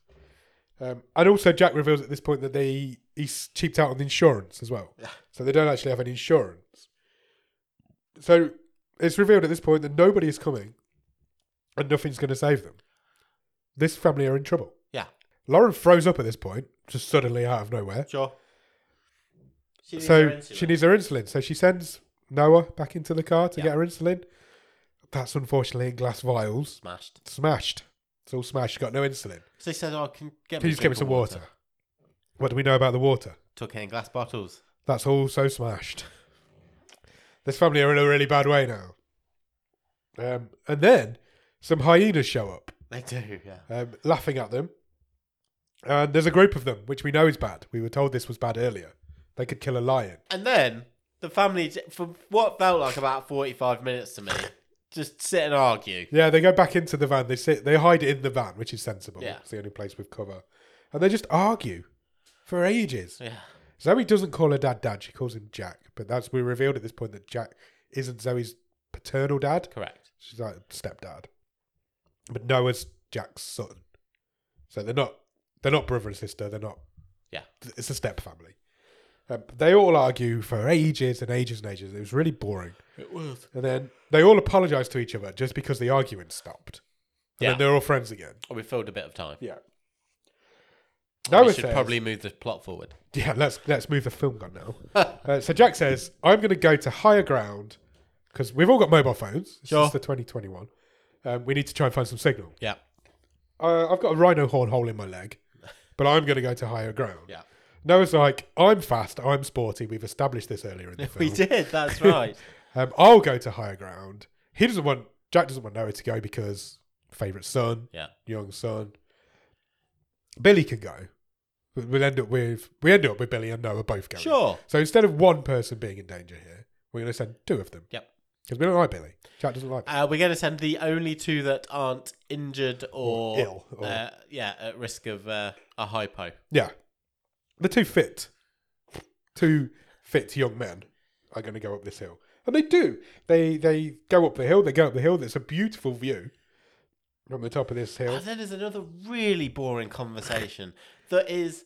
Speaker 2: Um, and also, Jack reveals at this point that they he's cheaped out on the insurance as well, so they don't actually have any insurance. So it's revealed at this point that nobody is coming, and nothing's going to save them. This family are in trouble.
Speaker 1: Yeah.
Speaker 2: Lauren throws up at this point, just suddenly out of nowhere.
Speaker 1: Sure. She needs her
Speaker 2: so
Speaker 1: insulin.
Speaker 2: she needs her insulin. So she sends Noah back into the car to
Speaker 1: Yeah.
Speaker 2: get her insulin. That's unfortunately in glass vials,
Speaker 1: smashed.
Speaker 2: smashed. It's all smashed. She's got no insulin.
Speaker 1: So he said, "I can get
Speaker 2: Please
Speaker 1: a
Speaker 2: give
Speaker 1: drink
Speaker 2: me some
Speaker 1: of
Speaker 2: water. What do we know about the water?
Speaker 1: Took it in glass bottles.
Speaker 2: That's also smashed. This family are in a really bad way now. Um, and then some hyenas show up,
Speaker 1: They do, yeah.
Speaker 2: um, laughing at them. And there's a group of them, which we know is bad. We were told this was bad earlier. They could kill a lion.
Speaker 1: And then the family, j- for what felt like about 45 minutes to me, just sit and argue.
Speaker 2: Yeah, they go back into the van. They sit. They hide it in the van, which is sensible.
Speaker 1: Yeah.
Speaker 2: It's the only place with cover. And they just argue for ages.
Speaker 1: Yeah.
Speaker 2: Zoe doesn't call her dad dad. She calls him Jack. But that's we revealed at this point that Jack isn't Zoe's paternal dad.
Speaker 1: Correct.
Speaker 2: She's like stepdad. But Noah's Jack's son. So they're not they're not brother and sister. They're not.
Speaker 1: Yeah.
Speaker 2: It's a step family. Um, they all argue for ages and ages and ages. It was really boring.
Speaker 1: It was.
Speaker 2: And then they all apologise to each other just because the argument stopped. And
Speaker 1: Yeah.
Speaker 2: then they're all friends again.
Speaker 1: Oh, We filled a bit of time.
Speaker 2: Yeah.
Speaker 1: No,
Speaker 2: Noah
Speaker 1: we
Speaker 2: says,
Speaker 1: should probably move the plot forward.
Speaker 2: Yeah, let's let's move the film gun now. Uh, so Jack says, "I'm going to go to higher ground because we've all got mobile phones. It's
Speaker 1: Sure.
Speaker 2: the 2021. Um, we need to try and find some signal.
Speaker 1: Yeah.
Speaker 2: Uh, I've got a rhino horn hole in my leg, but I'm going to go to higher ground."
Speaker 1: Yeah.
Speaker 2: Noah's like, "I'm fast. I'm sporty. We've established this earlier in the film.
Speaker 1: We did. That's right.
Speaker 2: Um, I'll go to higher ground. He doesn't want Jack doesn't want Noah to go because favorite son,
Speaker 1: yeah.
Speaker 2: young son. Billy can go. We- We'll end up with we end up with Billy and Noah both going.
Speaker 1: Sure.
Speaker 2: So instead of one person being in danger here, we're going to send two of them.
Speaker 1: Yep.
Speaker 2: Because we don't like Billy. Jack doesn't like. Billy.
Speaker 1: Uh, we're going to send the only two that aren't injured or,
Speaker 2: Or ill, or-
Speaker 1: uh, yeah, at risk of uh, a hypo.
Speaker 2: Yeah. The two fit, two fit young men are going to go up this hill, and they do. They they go up the hill. They go up the hill. It's a beautiful view from the top of this hill.
Speaker 1: And then there's another really boring conversation that is,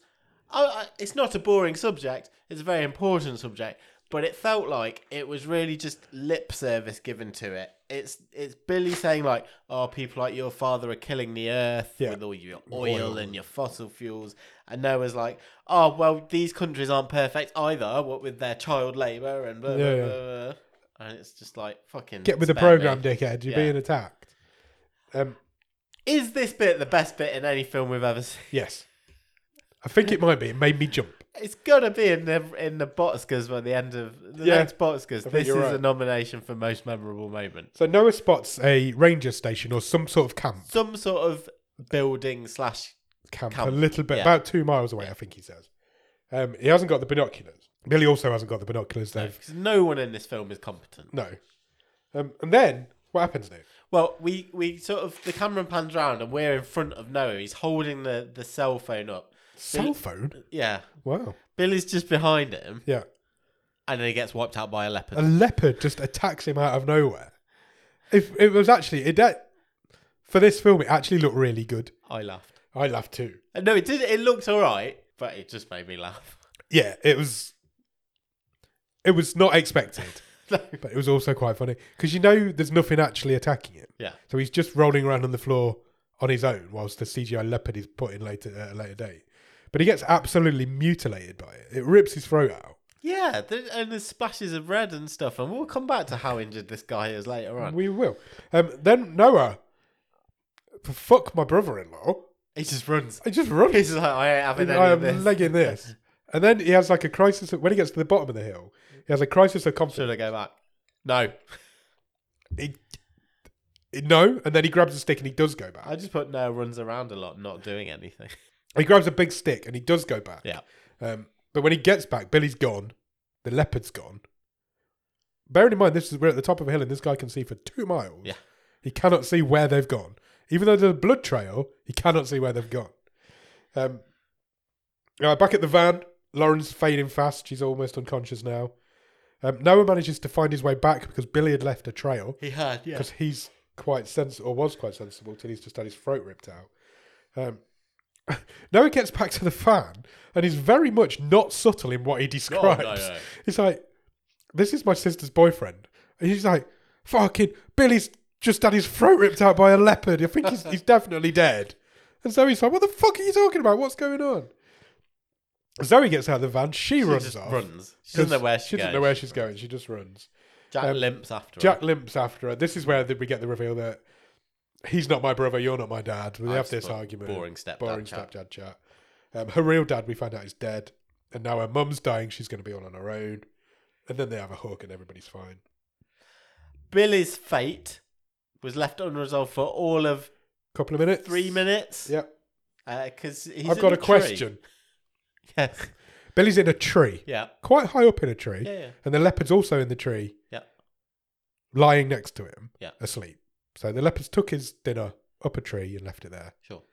Speaker 1: oh, I- it's not a boring subject. It's a very important subject, but it felt like it was really just lip service given to it. It's it's Billy saying like, "Oh, people like your father are killing the earth
Speaker 2: Yeah.
Speaker 1: with all your oil,
Speaker 2: Oil.
Speaker 1: and your fossil fuels," and Noah's like, "Oh, well, these countries aren't perfect either. What with their child labor and blah blah
Speaker 2: Yeah, yeah.
Speaker 1: blah." blah. And it's just like fucking
Speaker 2: Get with the
Speaker 1: spare me.
Speaker 2: program, dickhead. You're
Speaker 1: Yeah.
Speaker 2: being attacked. Um.
Speaker 1: Is this bit the best bit in any film we've ever seen?
Speaker 2: Yes. I think it might be. It made me jump.
Speaker 1: It's gotta be in the in the Botskas by the end of the
Speaker 2: Yeah,
Speaker 1: next Botskas.
Speaker 2: think
Speaker 1: This is
Speaker 2: you're
Speaker 1: a
Speaker 2: right.
Speaker 1: nomination for most memorable moment.
Speaker 2: So Noah spots a ranger station or some sort of camp.
Speaker 1: Some sort of building slash
Speaker 2: camp,
Speaker 1: Camp,
Speaker 2: a little bit,
Speaker 1: yeah.
Speaker 2: about two miles away, I think he says. Um, he hasn't got the binoculars. Billy also hasn't got the binoculars. Though.
Speaker 1: because no one in this film is competent.
Speaker 2: No. Um, and then what happens now?
Speaker 1: Well, we we sort of the camera pans round and we're in front of Noah. He's holding the the cell phone up.
Speaker 2: Cell phone.
Speaker 1: Yeah,
Speaker 2: Wow.
Speaker 1: Billy's just behind him,
Speaker 2: Yeah.
Speaker 1: and then he gets wiped out by a leopard.
Speaker 2: A leopard just attacks him out of nowhere. If it was actually it that for this film, it actually looked really good.
Speaker 1: I laughed.
Speaker 2: I laughed too.
Speaker 1: And No, it did. It looked all right, but it just made me laugh.
Speaker 2: Yeah, it was. It was not expected,
Speaker 1: No.
Speaker 2: but it was also quite funny because you know there's nothing actually attacking it.
Speaker 1: Yeah.
Speaker 2: So he's just rolling around on the floor on his own, whilst the CGI leopard is put in later at a later date. But he gets absolutely mutilated by it. It rips his throat out.
Speaker 1: Yeah, th- and there's splashes of red and stuff, and we'll come back to how injured this guy is later on.
Speaker 2: We will. Um, then Noah, f- fuck my brother-in-law.
Speaker 1: He just runs.
Speaker 2: I just run.
Speaker 1: He's like, I ain't having any
Speaker 2: I
Speaker 1: of
Speaker 2: am
Speaker 1: this.
Speaker 2: legging this. And then he has like a crisis of, when he gets to the bottom of the hill. He has a crisis of confidence.
Speaker 1: Should I go back? No,
Speaker 2: He, he- no, and then he grabs a stick and he does go back.
Speaker 1: I just put no runs around a lot, not doing anything.
Speaker 2: He grabs a big stick and he does go back.
Speaker 1: Yeah.
Speaker 2: Um, but when he gets back, Billy's gone. The leopard's gone. Bearing in mind, this is we're at the top of a hill and this guy can see for two miles.
Speaker 1: Yeah.
Speaker 2: He cannot see where they've gone. Even though there's a blood trail, he cannot see where they've gone. Um, all right, back at the van, Lauren's fading fast. She's almost unconscious now. Um, Noah manages to find his way back because Billy had left a trail
Speaker 1: He had, yeah.
Speaker 2: because he's quite sensible or was quite sensible till he's just had his throat ripped out. Um, now he gets back to the fan and he's very much not subtle in what he describes.
Speaker 1: Oh, no.
Speaker 2: He's like, "This is my sister's boyfriend," and he's like, "Fucking Billy's just had his throat ripped out by a leopard. I think he's, he's definitely dead." And Zoe's like, "What the fuck are you talking about? What's going on?" Zoe gets out of the van. She,
Speaker 1: She
Speaker 2: runs
Speaker 1: just
Speaker 2: off.
Speaker 1: runs. She doesn't know where she,
Speaker 2: she doesn't
Speaker 1: goes.
Speaker 2: know where she's going. She just runs.
Speaker 1: Jack
Speaker 2: um,
Speaker 1: limps after her.
Speaker 2: Jack limps after her. This is where we get the reveal that he's not my brother, you're not my dad. We
Speaker 1: I
Speaker 2: have
Speaker 1: just
Speaker 2: this
Speaker 1: thought,
Speaker 2: argument.
Speaker 1: Boring stepdad.
Speaker 2: Boring
Speaker 1: chat.
Speaker 2: stepdad chat. Um, her real dad, we find out, is dead. And now her mum's dying. She's going to be all on her own. And then they have a hook and everybody's fine.
Speaker 1: Billy's fate was left unresolved for all of
Speaker 2: Couple of minutes.
Speaker 1: three minutes.
Speaker 2: Yep.
Speaker 1: Because he's
Speaker 2: I've
Speaker 1: in
Speaker 2: got
Speaker 1: the
Speaker 2: a
Speaker 1: tree.
Speaker 2: question.
Speaker 1: Yes.
Speaker 2: Billy's in a tree,
Speaker 1: Yeah.
Speaker 2: quite high up in a tree.
Speaker 1: Yeah. yeah.
Speaker 2: And the leopard's also in the tree.
Speaker 1: Yeah.
Speaker 2: Lying next to him.
Speaker 1: Yeah.
Speaker 2: Asleep. So the leopard's took his dinner up a tree and left it there.
Speaker 1: Sure.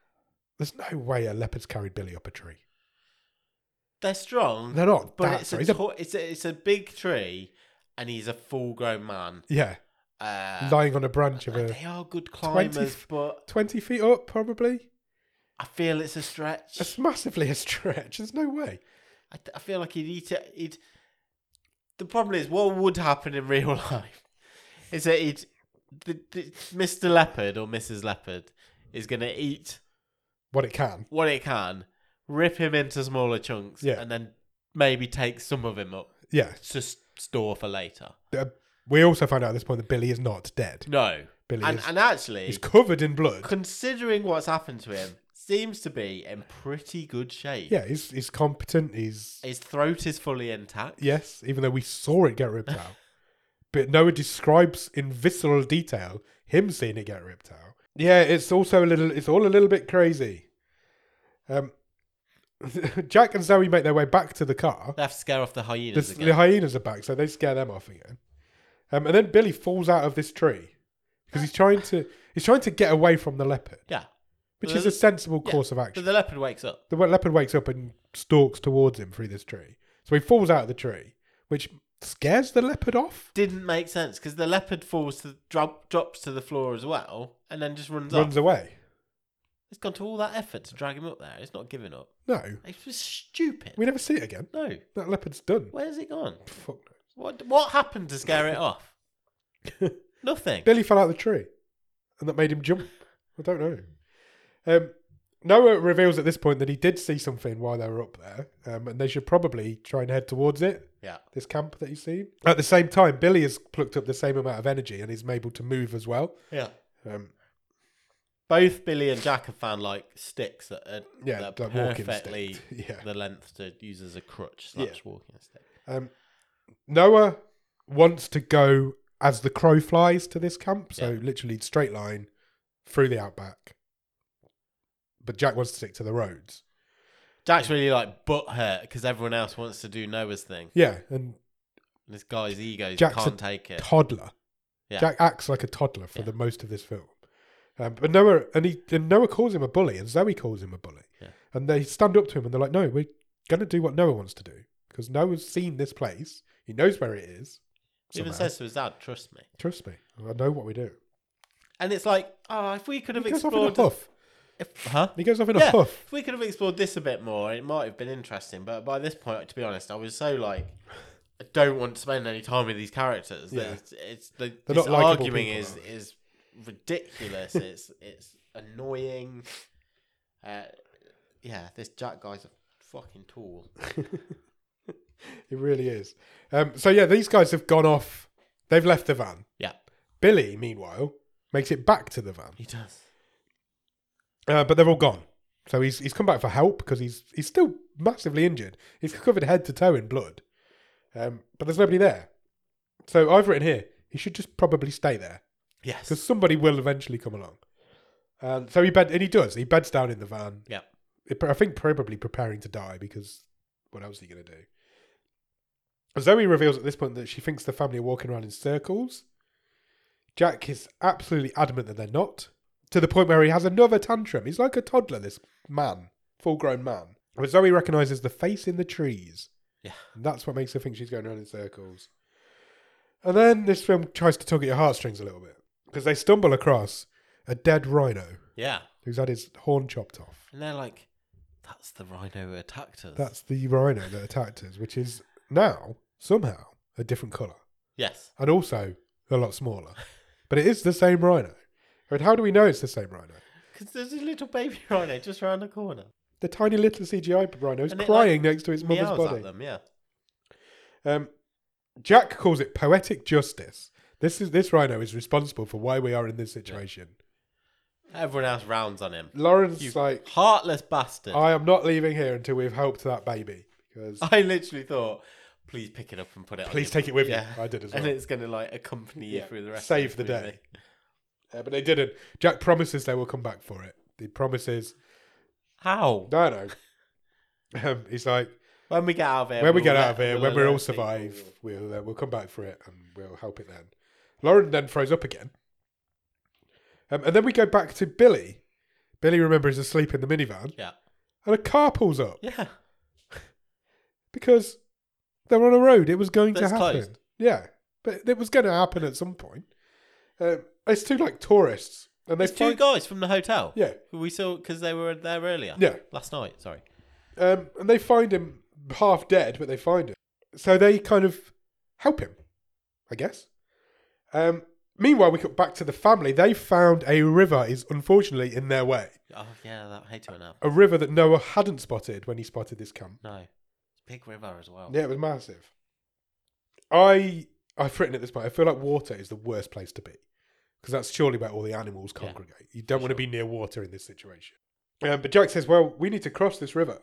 Speaker 2: There's no way a leopard's carried Billy up a tree.
Speaker 1: They're strong,
Speaker 2: They're not.
Speaker 1: but
Speaker 2: that
Speaker 1: it's
Speaker 2: sorry.
Speaker 1: a,
Speaker 2: He's a-
Speaker 1: to- it's a it's a big tree, and he's a full grown man.
Speaker 2: yeah,
Speaker 1: Uh,
Speaker 2: lying on a branch of
Speaker 1: and
Speaker 2: a
Speaker 1: they are good
Speaker 2: 20
Speaker 1: climbers, but
Speaker 2: twenty feet up, probably.
Speaker 1: I feel it's a stretch.
Speaker 2: That's massively a stretch. There's no way.
Speaker 1: I, th- I feel like he'd eat it. He'd... The problem is, what would happen in real life is that he'd, the, the, Mr. Leopard or Mrs. Leopard is going to eat
Speaker 2: What it can.
Speaker 1: what it can, rip him into smaller chunks,
Speaker 2: Yeah.
Speaker 1: and then maybe take some of him up
Speaker 2: Yeah.
Speaker 1: to s- store for later.
Speaker 2: Uh, we also find out at this point that Billy is not dead.
Speaker 1: No.
Speaker 2: Billy
Speaker 1: And,
Speaker 2: is.
Speaker 1: and actually,
Speaker 2: he's covered in blood.
Speaker 1: considering what's happened to him, seems to be in pretty good shape.
Speaker 2: Yeah, he's he's competent. He's
Speaker 1: His throat is fully intact.
Speaker 2: yes, even though we saw it get ripped out. But Noah describes in visceral detail him seeing it get ripped out. Yeah, it's also a little. It's all a little bit crazy. Um, Jack and Zoe make their way back to the car.
Speaker 1: They have to scare off the
Speaker 2: The,
Speaker 1: hyenas
Speaker 2: the
Speaker 1: again.
Speaker 2: hyenas are back, so they scare them off again. Um, and then Billy falls out of this tree because he's trying to he's trying to get away from the leopard,
Speaker 1: Yeah.
Speaker 2: which
Speaker 1: Well,
Speaker 2: is a sensible
Speaker 1: yeah,
Speaker 2: course of
Speaker 1: But
Speaker 2: action.
Speaker 1: the leopard wakes up.
Speaker 2: The leopard wakes up and stalks towards him through this tree, so he falls out of the tree, which scares the leopard off.
Speaker 1: Didn't make sense because the leopard falls to drop, drops to the floor as well, and then just runs,
Speaker 2: Runs
Speaker 1: off.
Speaker 2: away.
Speaker 1: It's gone to all that effort to drag him up there. It's not giving up.
Speaker 2: No,
Speaker 1: It was stupid.
Speaker 2: we never see it again.
Speaker 1: No,
Speaker 2: That leopard's done.
Speaker 1: where's it gone?
Speaker 2: Fuck no.
Speaker 1: What what happened to scare it off? Nothing.
Speaker 2: Billy fell out of the tree, and that made him jump. I don't know. Um, Noah reveals at this point that he did see something while they were up there, um, and they should probably try and head towards it.
Speaker 1: Yeah.
Speaker 2: This camp that you see. At the same time, Billy has plucked up the same amount of energy and is able to move as well.
Speaker 1: Yeah.
Speaker 2: Um,
Speaker 1: Both Billy and Jack have found like sticks that are
Speaker 2: yeah,
Speaker 1: that are
Speaker 2: like walking
Speaker 1: perfectly
Speaker 2: stick. Yeah.
Speaker 1: the length to use as a crutch
Speaker 2: Yeah.
Speaker 1: slash walking stick.
Speaker 2: Um, Noah wants to go as the crow flies to this camp, so
Speaker 1: Yeah.
Speaker 2: literally straight line through the outback. But Jack wants to stick to the roads.
Speaker 1: Jack's really like butt hurt because everyone else wants to do Noah's thing.
Speaker 2: Yeah, and
Speaker 1: This guy's ego
Speaker 2: Jack's a
Speaker 1: can't take it.
Speaker 2: toddler.
Speaker 1: Yeah.
Speaker 2: Jack acts like a toddler for
Speaker 1: Yeah.
Speaker 2: the most of this film. Um, but Noah and he and Noah calls him a bully, and Zoe calls him a bully,
Speaker 1: Yeah.
Speaker 2: and they stand up to him and they're like, "No, we're going to do what Noah wants to do because Noah's seen this place. He knows where it is.
Speaker 1: He even
Speaker 2: somehow.
Speaker 1: says to his dad, "Trust me."
Speaker 2: Trust me, I know what we do."
Speaker 1: And it's like, oh, if we could have
Speaker 2: He goes off in a
Speaker 1: explored,
Speaker 2: huff.
Speaker 1: if, huh?
Speaker 2: He goes off in a
Speaker 1: Yeah,
Speaker 2: huff.
Speaker 1: if we could have explored this a bit more, it might have been interesting. But by this point, to be honest, I was so like, I don't want to spend any time with these characters.
Speaker 2: Yeah.
Speaker 1: It's, it's the
Speaker 2: They're
Speaker 1: this
Speaker 2: not likeable
Speaker 1: arguing
Speaker 2: people,
Speaker 1: is
Speaker 2: are they?
Speaker 1: is ridiculous. it's it's annoying. Uh, yeah, this Jack guy's a fucking tool.
Speaker 2: It really is. Um, so yeah, these guys have gone off. They've left the van.
Speaker 1: Yeah,
Speaker 2: Billy, meanwhile, makes it back to the van,
Speaker 1: he does.
Speaker 2: uh, but they're all gone. So he's he's come back for help because he's he's still massively injured. He's covered head to toe in blood, um, but there's nobody there. So I've written here. He should just probably stay there
Speaker 1: Yes.
Speaker 2: because somebody will eventually come along. Um, so he bed and he does. He beds down in the van.
Speaker 1: Yeah.
Speaker 2: It- I think probably preparing to die because what else are you going to do? Zoe reveals at this point that she thinks the family are walking around in circles. Jack is absolutely adamant that they're not, to the point where he has another tantrum. He's like a toddler, this man, full grown man. But Zoe recognises the face in the trees.
Speaker 1: Yeah.
Speaker 2: And that's what makes her think she's going around in circles. And then this film tries to tug at your heartstrings a little bit because they stumble across a dead rhino
Speaker 1: Yeah.
Speaker 2: who's had his horn chopped off.
Speaker 1: And they're like, that's the rhino who attacked us.
Speaker 2: That's the rhino that attacked us, which is now somehow a different color
Speaker 1: yes.
Speaker 2: and also a lot smaller. But it is the same rhino. But how do we know it's the same rhino?
Speaker 1: Because there's a little baby rhino just around the corner.
Speaker 2: The tiny little CGI rhino is
Speaker 1: And it, like,
Speaker 2: crying next to its mother's
Speaker 1: Meows at
Speaker 2: body.
Speaker 1: them, yeah.
Speaker 2: Um, Jack calls it poetic justice. This is this rhino is responsible for why we are in this situation.
Speaker 1: Everyone else rounds on him.
Speaker 2: Lauren's
Speaker 1: You
Speaker 2: like,
Speaker 1: heartless bastard. I,
Speaker 2: I am not leaving here until we've helped that baby. Because
Speaker 1: literally thought, please pick it up and put it on
Speaker 2: please
Speaker 1: your-
Speaker 2: take it with
Speaker 1: yeah.
Speaker 2: you. I did as well.
Speaker 1: And it's going to like accompany you
Speaker 2: Yeah.
Speaker 1: through the rest
Speaker 2: Save
Speaker 1: of
Speaker 2: the
Speaker 1: movie.
Speaker 2: day. Uh, but they didn't. Jack promises they will come back for it. He promises.
Speaker 1: How?
Speaker 2: No, no. Um, he's like,
Speaker 1: When we get out of here.
Speaker 2: when we
Speaker 1: we'll
Speaker 2: get
Speaker 1: let-
Speaker 2: out of here,
Speaker 1: we'll
Speaker 2: when we
Speaker 1: let
Speaker 2: all
Speaker 1: people-
Speaker 2: survive, we'll uh, we'll come back for it and we'll help it then. Lauren then throws up again, um, and then we go back to Billy. Billy remembers asleep in the minivan,
Speaker 1: Yeah.
Speaker 2: and a car pulls up
Speaker 1: Yeah.
Speaker 2: because they're on a road. It was going
Speaker 1: That's
Speaker 2: to happen.
Speaker 1: closed.
Speaker 2: Yeah, but it was going to happen at some point. Um, it's two like tourists, and they
Speaker 1: There's two
Speaker 2: find,
Speaker 1: guys from the hotel.
Speaker 2: yeah,
Speaker 1: Who we saw because they were there earlier.
Speaker 2: yeah.
Speaker 1: Last night, sorry.
Speaker 2: Um, and they find him half dead, but they find him. So they kind of help him, I guess. Um, meanwhile, we cut back to the family. They found a river is unfortunately in their way.
Speaker 1: Oh, yeah, that, I hate it now.
Speaker 2: A river that Noah hadn't spotted when he spotted this camp.
Speaker 1: No. It's a big river as well.
Speaker 2: Yeah, it was massive. I I've written at this point. I feel like water is the worst place to be because that's surely where all the animals
Speaker 1: Yeah,
Speaker 2: congregate. you don't
Speaker 1: for
Speaker 2: want to
Speaker 1: sure.
Speaker 2: be near water in this situation. Um, but Jack says, "Well, we need to cross this river."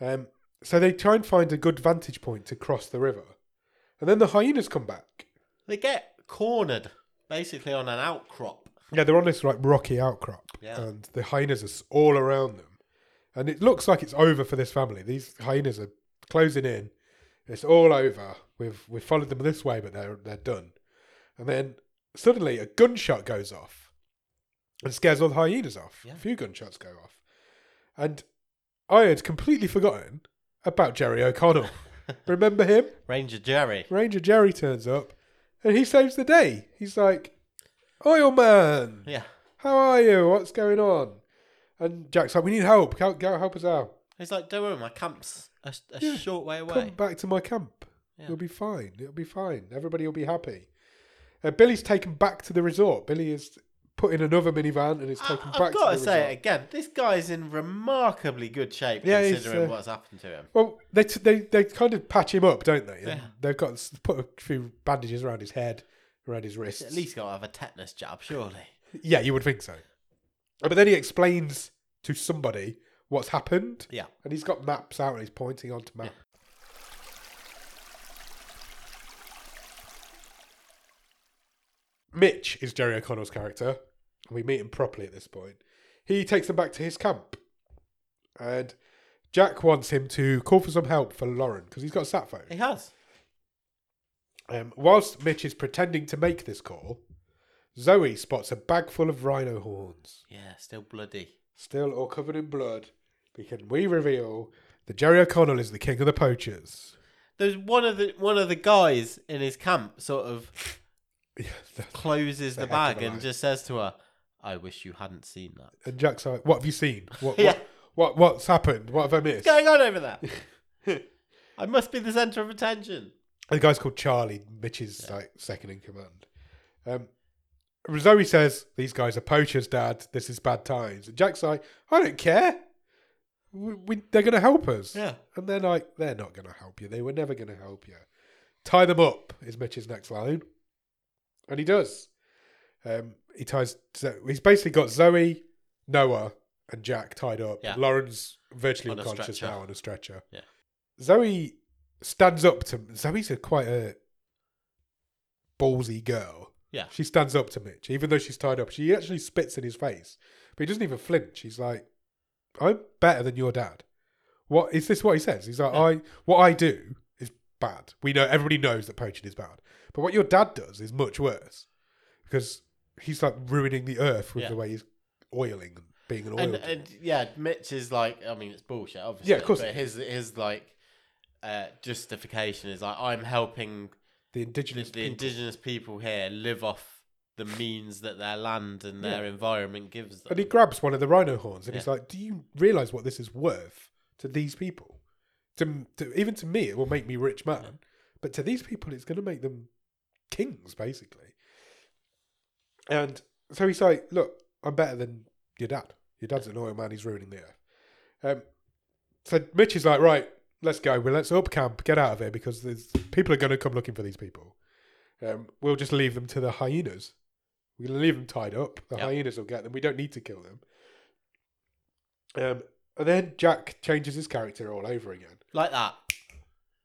Speaker 2: Um, so they try and find a good vantage point to cross the river, and then the hyenas come back.
Speaker 1: They get cornered basically on an outcrop.
Speaker 2: Yeah, they're on this like rocky outcrop,
Speaker 1: Yeah.
Speaker 2: and the hyenas are s- all around them, and it looks like it's over for this family. These hyenas are closing in; it's all over. We've we've followed them this way, but they're they're done. And then suddenly a gunshot goes off, and scares all the hyenas off.
Speaker 1: Yeah.
Speaker 2: A few gunshots go off, and I had completely forgotten about Jerry O'Connell. Remember him?
Speaker 1: Ranger Jerry.
Speaker 2: Ranger Jerry turns up, and he saves the day. He's like, "Oil man."
Speaker 1: Yeah.
Speaker 2: how are you? What's going on? And Jack's like, we need help. Go, go help us out.
Speaker 1: He's like, don't worry, my camp's a, a
Speaker 2: Yeah,
Speaker 1: short way
Speaker 2: Come
Speaker 1: away.
Speaker 2: back to my camp.
Speaker 1: Yeah.
Speaker 2: You'll be fine. It'll be fine. Everybody will be happy. Uh, Billy's taken back to the resort. Billy is put in another minivan and is
Speaker 1: I,
Speaker 2: taken back
Speaker 1: Ah, I've got
Speaker 2: to
Speaker 1: to
Speaker 2: the
Speaker 1: say
Speaker 2: resort.
Speaker 1: it again. This guy's in remarkably good shape
Speaker 2: Yeah, he's,
Speaker 1: considering
Speaker 2: uh,
Speaker 1: what's happened to him.
Speaker 2: Well, they, t- they they kind of patch him up, don't they? And
Speaker 1: Yeah.
Speaker 2: They've got s- put a few bandages around his head, around his wrists.
Speaker 1: At least got to have a tetanus jab, surely.
Speaker 2: Yeah, you would think so. Uh, But then he explains to somebody what's happened.
Speaker 1: Yeah.
Speaker 2: And he's got maps out and he's pointing onto maps. Mitch is Jerry O'Connell's character. and We meet him properly at this point. He takes them back to his camp. And Jack wants him to call for some help for Lauren because he's got a sat phone.
Speaker 1: He has.
Speaker 2: Um, whilst Mitch is pretending to make this call, Zoe spots a bag full of rhino horns,
Speaker 1: Yeah, still bloody.
Speaker 2: still all covered in blood. Because we reveal that Jerry O'Connell is the king of the poachers.
Speaker 1: There's one of the one of the guys in his camp sort of
Speaker 2: Yeah, that-
Speaker 1: closes
Speaker 2: The
Speaker 1: the
Speaker 2: heck of
Speaker 1: bag
Speaker 2: a
Speaker 1: and
Speaker 2: lie.
Speaker 1: just says to her, "I wish you hadn't seen that."
Speaker 2: and Jack's like, "What have you seen? What,
Speaker 1: Yeah.
Speaker 2: what, what what's happened? What have I
Speaker 1: What's
Speaker 2: missed?"
Speaker 1: going on over there? I must be the center of attention.
Speaker 2: The guy's called Charlie. Mitch's like second in command. Um, Zoe says, These guys are poachers, Dad. This is bad times. And Jack's like, I don't care. We, we, they're going to help us.
Speaker 1: Yeah.
Speaker 2: And they're like, They're not going to help you. They were never going to help you. Tie them up, is Mitch's next line. And he does. Um, he ties, so he's basically got Zoe, Noah, and Jack tied up.
Speaker 1: Yeah.
Speaker 2: Lauren's virtually
Speaker 1: On a
Speaker 2: unconscious
Speaker 1: stretcher.
Speaker 2: now on a stretcher.
Speaker 1: Yeah.
Speaker 2: Zoe stands up to Zoe's a quite a ballsy girl.
Speaker 1: Yeah.
Speaker 2: She stands up to Mitch, even though she's tied up. She actually spits in his face, but he doesn't even flinch. He's like, "I'm better than your dad." What is this? What he says? He's like,
Speaker 1: Yeah.
Speaker 2: "I what I do is bad. We know everybody knows that poaching is bad, but what your dad does is much worse because he's like ruining the earth with
Speaker 1: Yeah.
Speaker 2: the way he's oiling and being an oil."
Speaker 1: and,
Speaker 2: king.
Speaker 1: and yeah, Mitch is like, I mean, it's bullshit, obviously.
Speaker 2: Yeah, of course.
Speaker 1: But his his like uh, justification is like, I'm helping
Speaker 2: the
Speaker 1: the,
Speaker 2: indigenous
Speaker 1: the
Speaker 2: people.
Speaker 1: indigenous people here live off the means that their land and their environment gives them.
Speaker 2: And he grabs one of the rhino horns and he's
Speaker 1: Yeah.
Speaker 2: like, "Do you realize what this is worth to these people? To, to even to me, it will make me rich man, but to these people, it's going to make them kings, basically." And so he's like, "Look, I'm better than your dad. Your dad's an oil man. He's ruining the earth." Um, so Mitch is like, "Right, let's go. Well, let's up camp, get out of here because there's people are going to come looking for these people. Um, we'll just leave them to the hyenas. We're going to leave them tied up. The
Speaker 1: Yeah.
Speaker 2: hyenas will get them. We don't need to kill them." Um, and then Jack changes his character all over again,
Speaker 1: like that.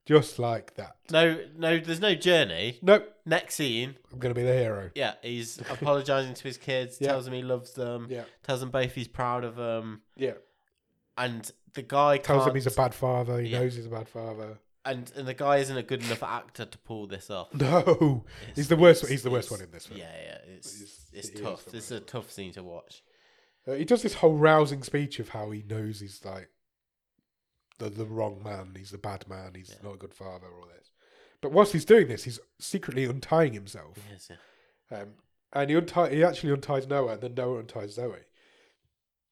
Speaker 2: just like that.
Speaker 1: No, no, there's no journey.
Speaker 2: Nope,
Speaker 1: Next scene,
Speaker 2: I'm going to be the hero.
Speaker 1: yeah, he's apologizing to his kids,
Speaker 2: Yeah.
Speaker 1: tells them he loves them,
Speaker 2: Yeah,
Speaker 1: tells them both he's proud of them,
Speaker 2: yeah.
Speaker 1: and the guy
Speaker 2: Tells
Speaker 1: can't,
Speaker 2: him he's a bad father. He
Speaker 1: Yeah.
Speaker 2: knows he's a bad father.
Speaker 1: and and the guy isn't a good enough actor to pull this off.
Speaker 2: No,
Speaker 1: It's-
Speaker 2: he's the worst.
Speaker 1: it's-
Speaker 2: He's the worst
Speaker 1: it's-
Speaker 2: one in this film.
Speaker 1: Yeah, yeah, it's
Speaker 2: He's-
Speaker 1: it's,
Speaker 2: he is
Speaker 1: tough.
Speaker 2: the
Speaker 1: It's a
Speaker 2: worst
Speaker 1: tough scene to watch.
Speaker 2: Uh, he does this whole rousing speech of how he knows he's like the, the wrong man, he's the bad man, he's
Speaker 1: Yeah.
Speaker 2: not a good father, all this. But whilst he's doing this, he's secretly untying himself.
Speaker 1: Yes, yeah.
Speaker 2: Um, and he untie he actually unties Noah, and then Noah unties Zoe.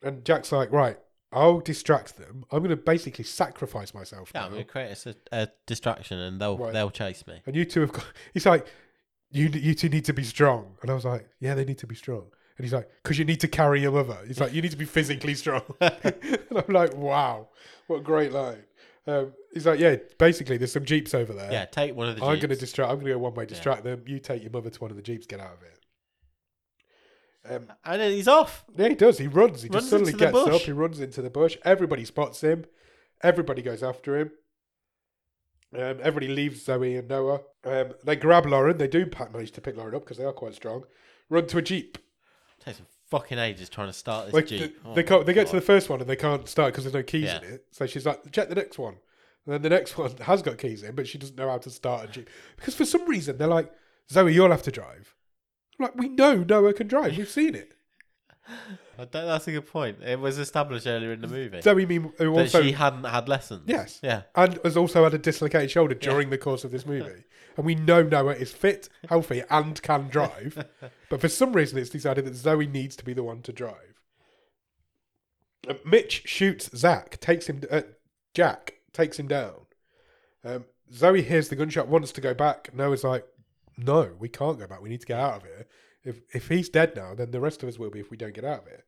Speaker 2: And Jack's like, right, I'll distract them. I'm going to basically sacrifice myself
Speaker 1: Yeah, I'm
Speaker 2: now.
Speaker 1: gonna create us a, a distraction, and they'll
Speaker 2: Right.
Speaker 1: they'll chase me.
Speaker 2: And you two have got. He's like, you you two need to be strong. And I was like, yeah, they need to be strong. And he's like, because you need to carry your mother. He's like, you need to be physically strong. and I'm like, wow, what a great line. Um, he's like, yeah, basically, there's some jeeps over there.
Speaker 1: Yeah, take one of the.
Speaker 2: Uh, I'm going to
Speaker 1: jeeps.
Speaker 2: distract. I'm going to go one way, distract them. You take your mother to one of the jeeps. Get out of it. Um,
Speaker 1: And then he's off.
Speaker 2: yeah, he does. He runs. He
Speaker 1: Runs
Speaker 2: just suddenly
Speaker 1: into the
Speaker 2: gets
Speaker 1: bush.
Speaker 2: up. He runs into the bush. Everybody spots him. Everybody goes after him. Um, everybody leaves Zoe and Noah. Um, they grab Lauren. They do pa- manage to pick Lauren up because they are quite strong. Run to a jeep.
Speaker 1: Takes some fucking ages trying to start this
Speaker 2: Like
Speaker 1: jeep.
Speaker 2: th-
Speaker 1: Oh
Speaker 2: they
Speaker 1: my
Speaker 2: can't, They get to
Speaker 1: God.
Speaker 2: the first one and they can't start because there's no keys
Speaker 1: Yeah.
Speaker 2: in it. So she's like, check the next one. And then the next one has got keys in, but she doesn't know how to start a jeep because for some reason they're like, Zoe, you'll have to drive. Like we know Noah can drive. We've seen it.
Speaker 1: I don't, that's a good point. It was established earlier in the movie that
Speaker 2: Zoe, mean, who also
Speaker 1: she hadn't had lessons.
Speaker 2: Yes.
Speaker 1: Yeah.
Speaker 2: and has also had a dislocated shoulder during the course of this movie. and we know Noah is fit, healthy, and can drive. but for some reason, it's decided that Zoe needs to be the one to drive. Uh, Mitch shoots Zach, takes him. Uh, Jack takes him down. Um, Zoe hears the gunshot, wants to go back. Noah's like, "No, we can't go back. We need to get out of here. If if he's dead now, then the rest of us will be if we don't get out of here."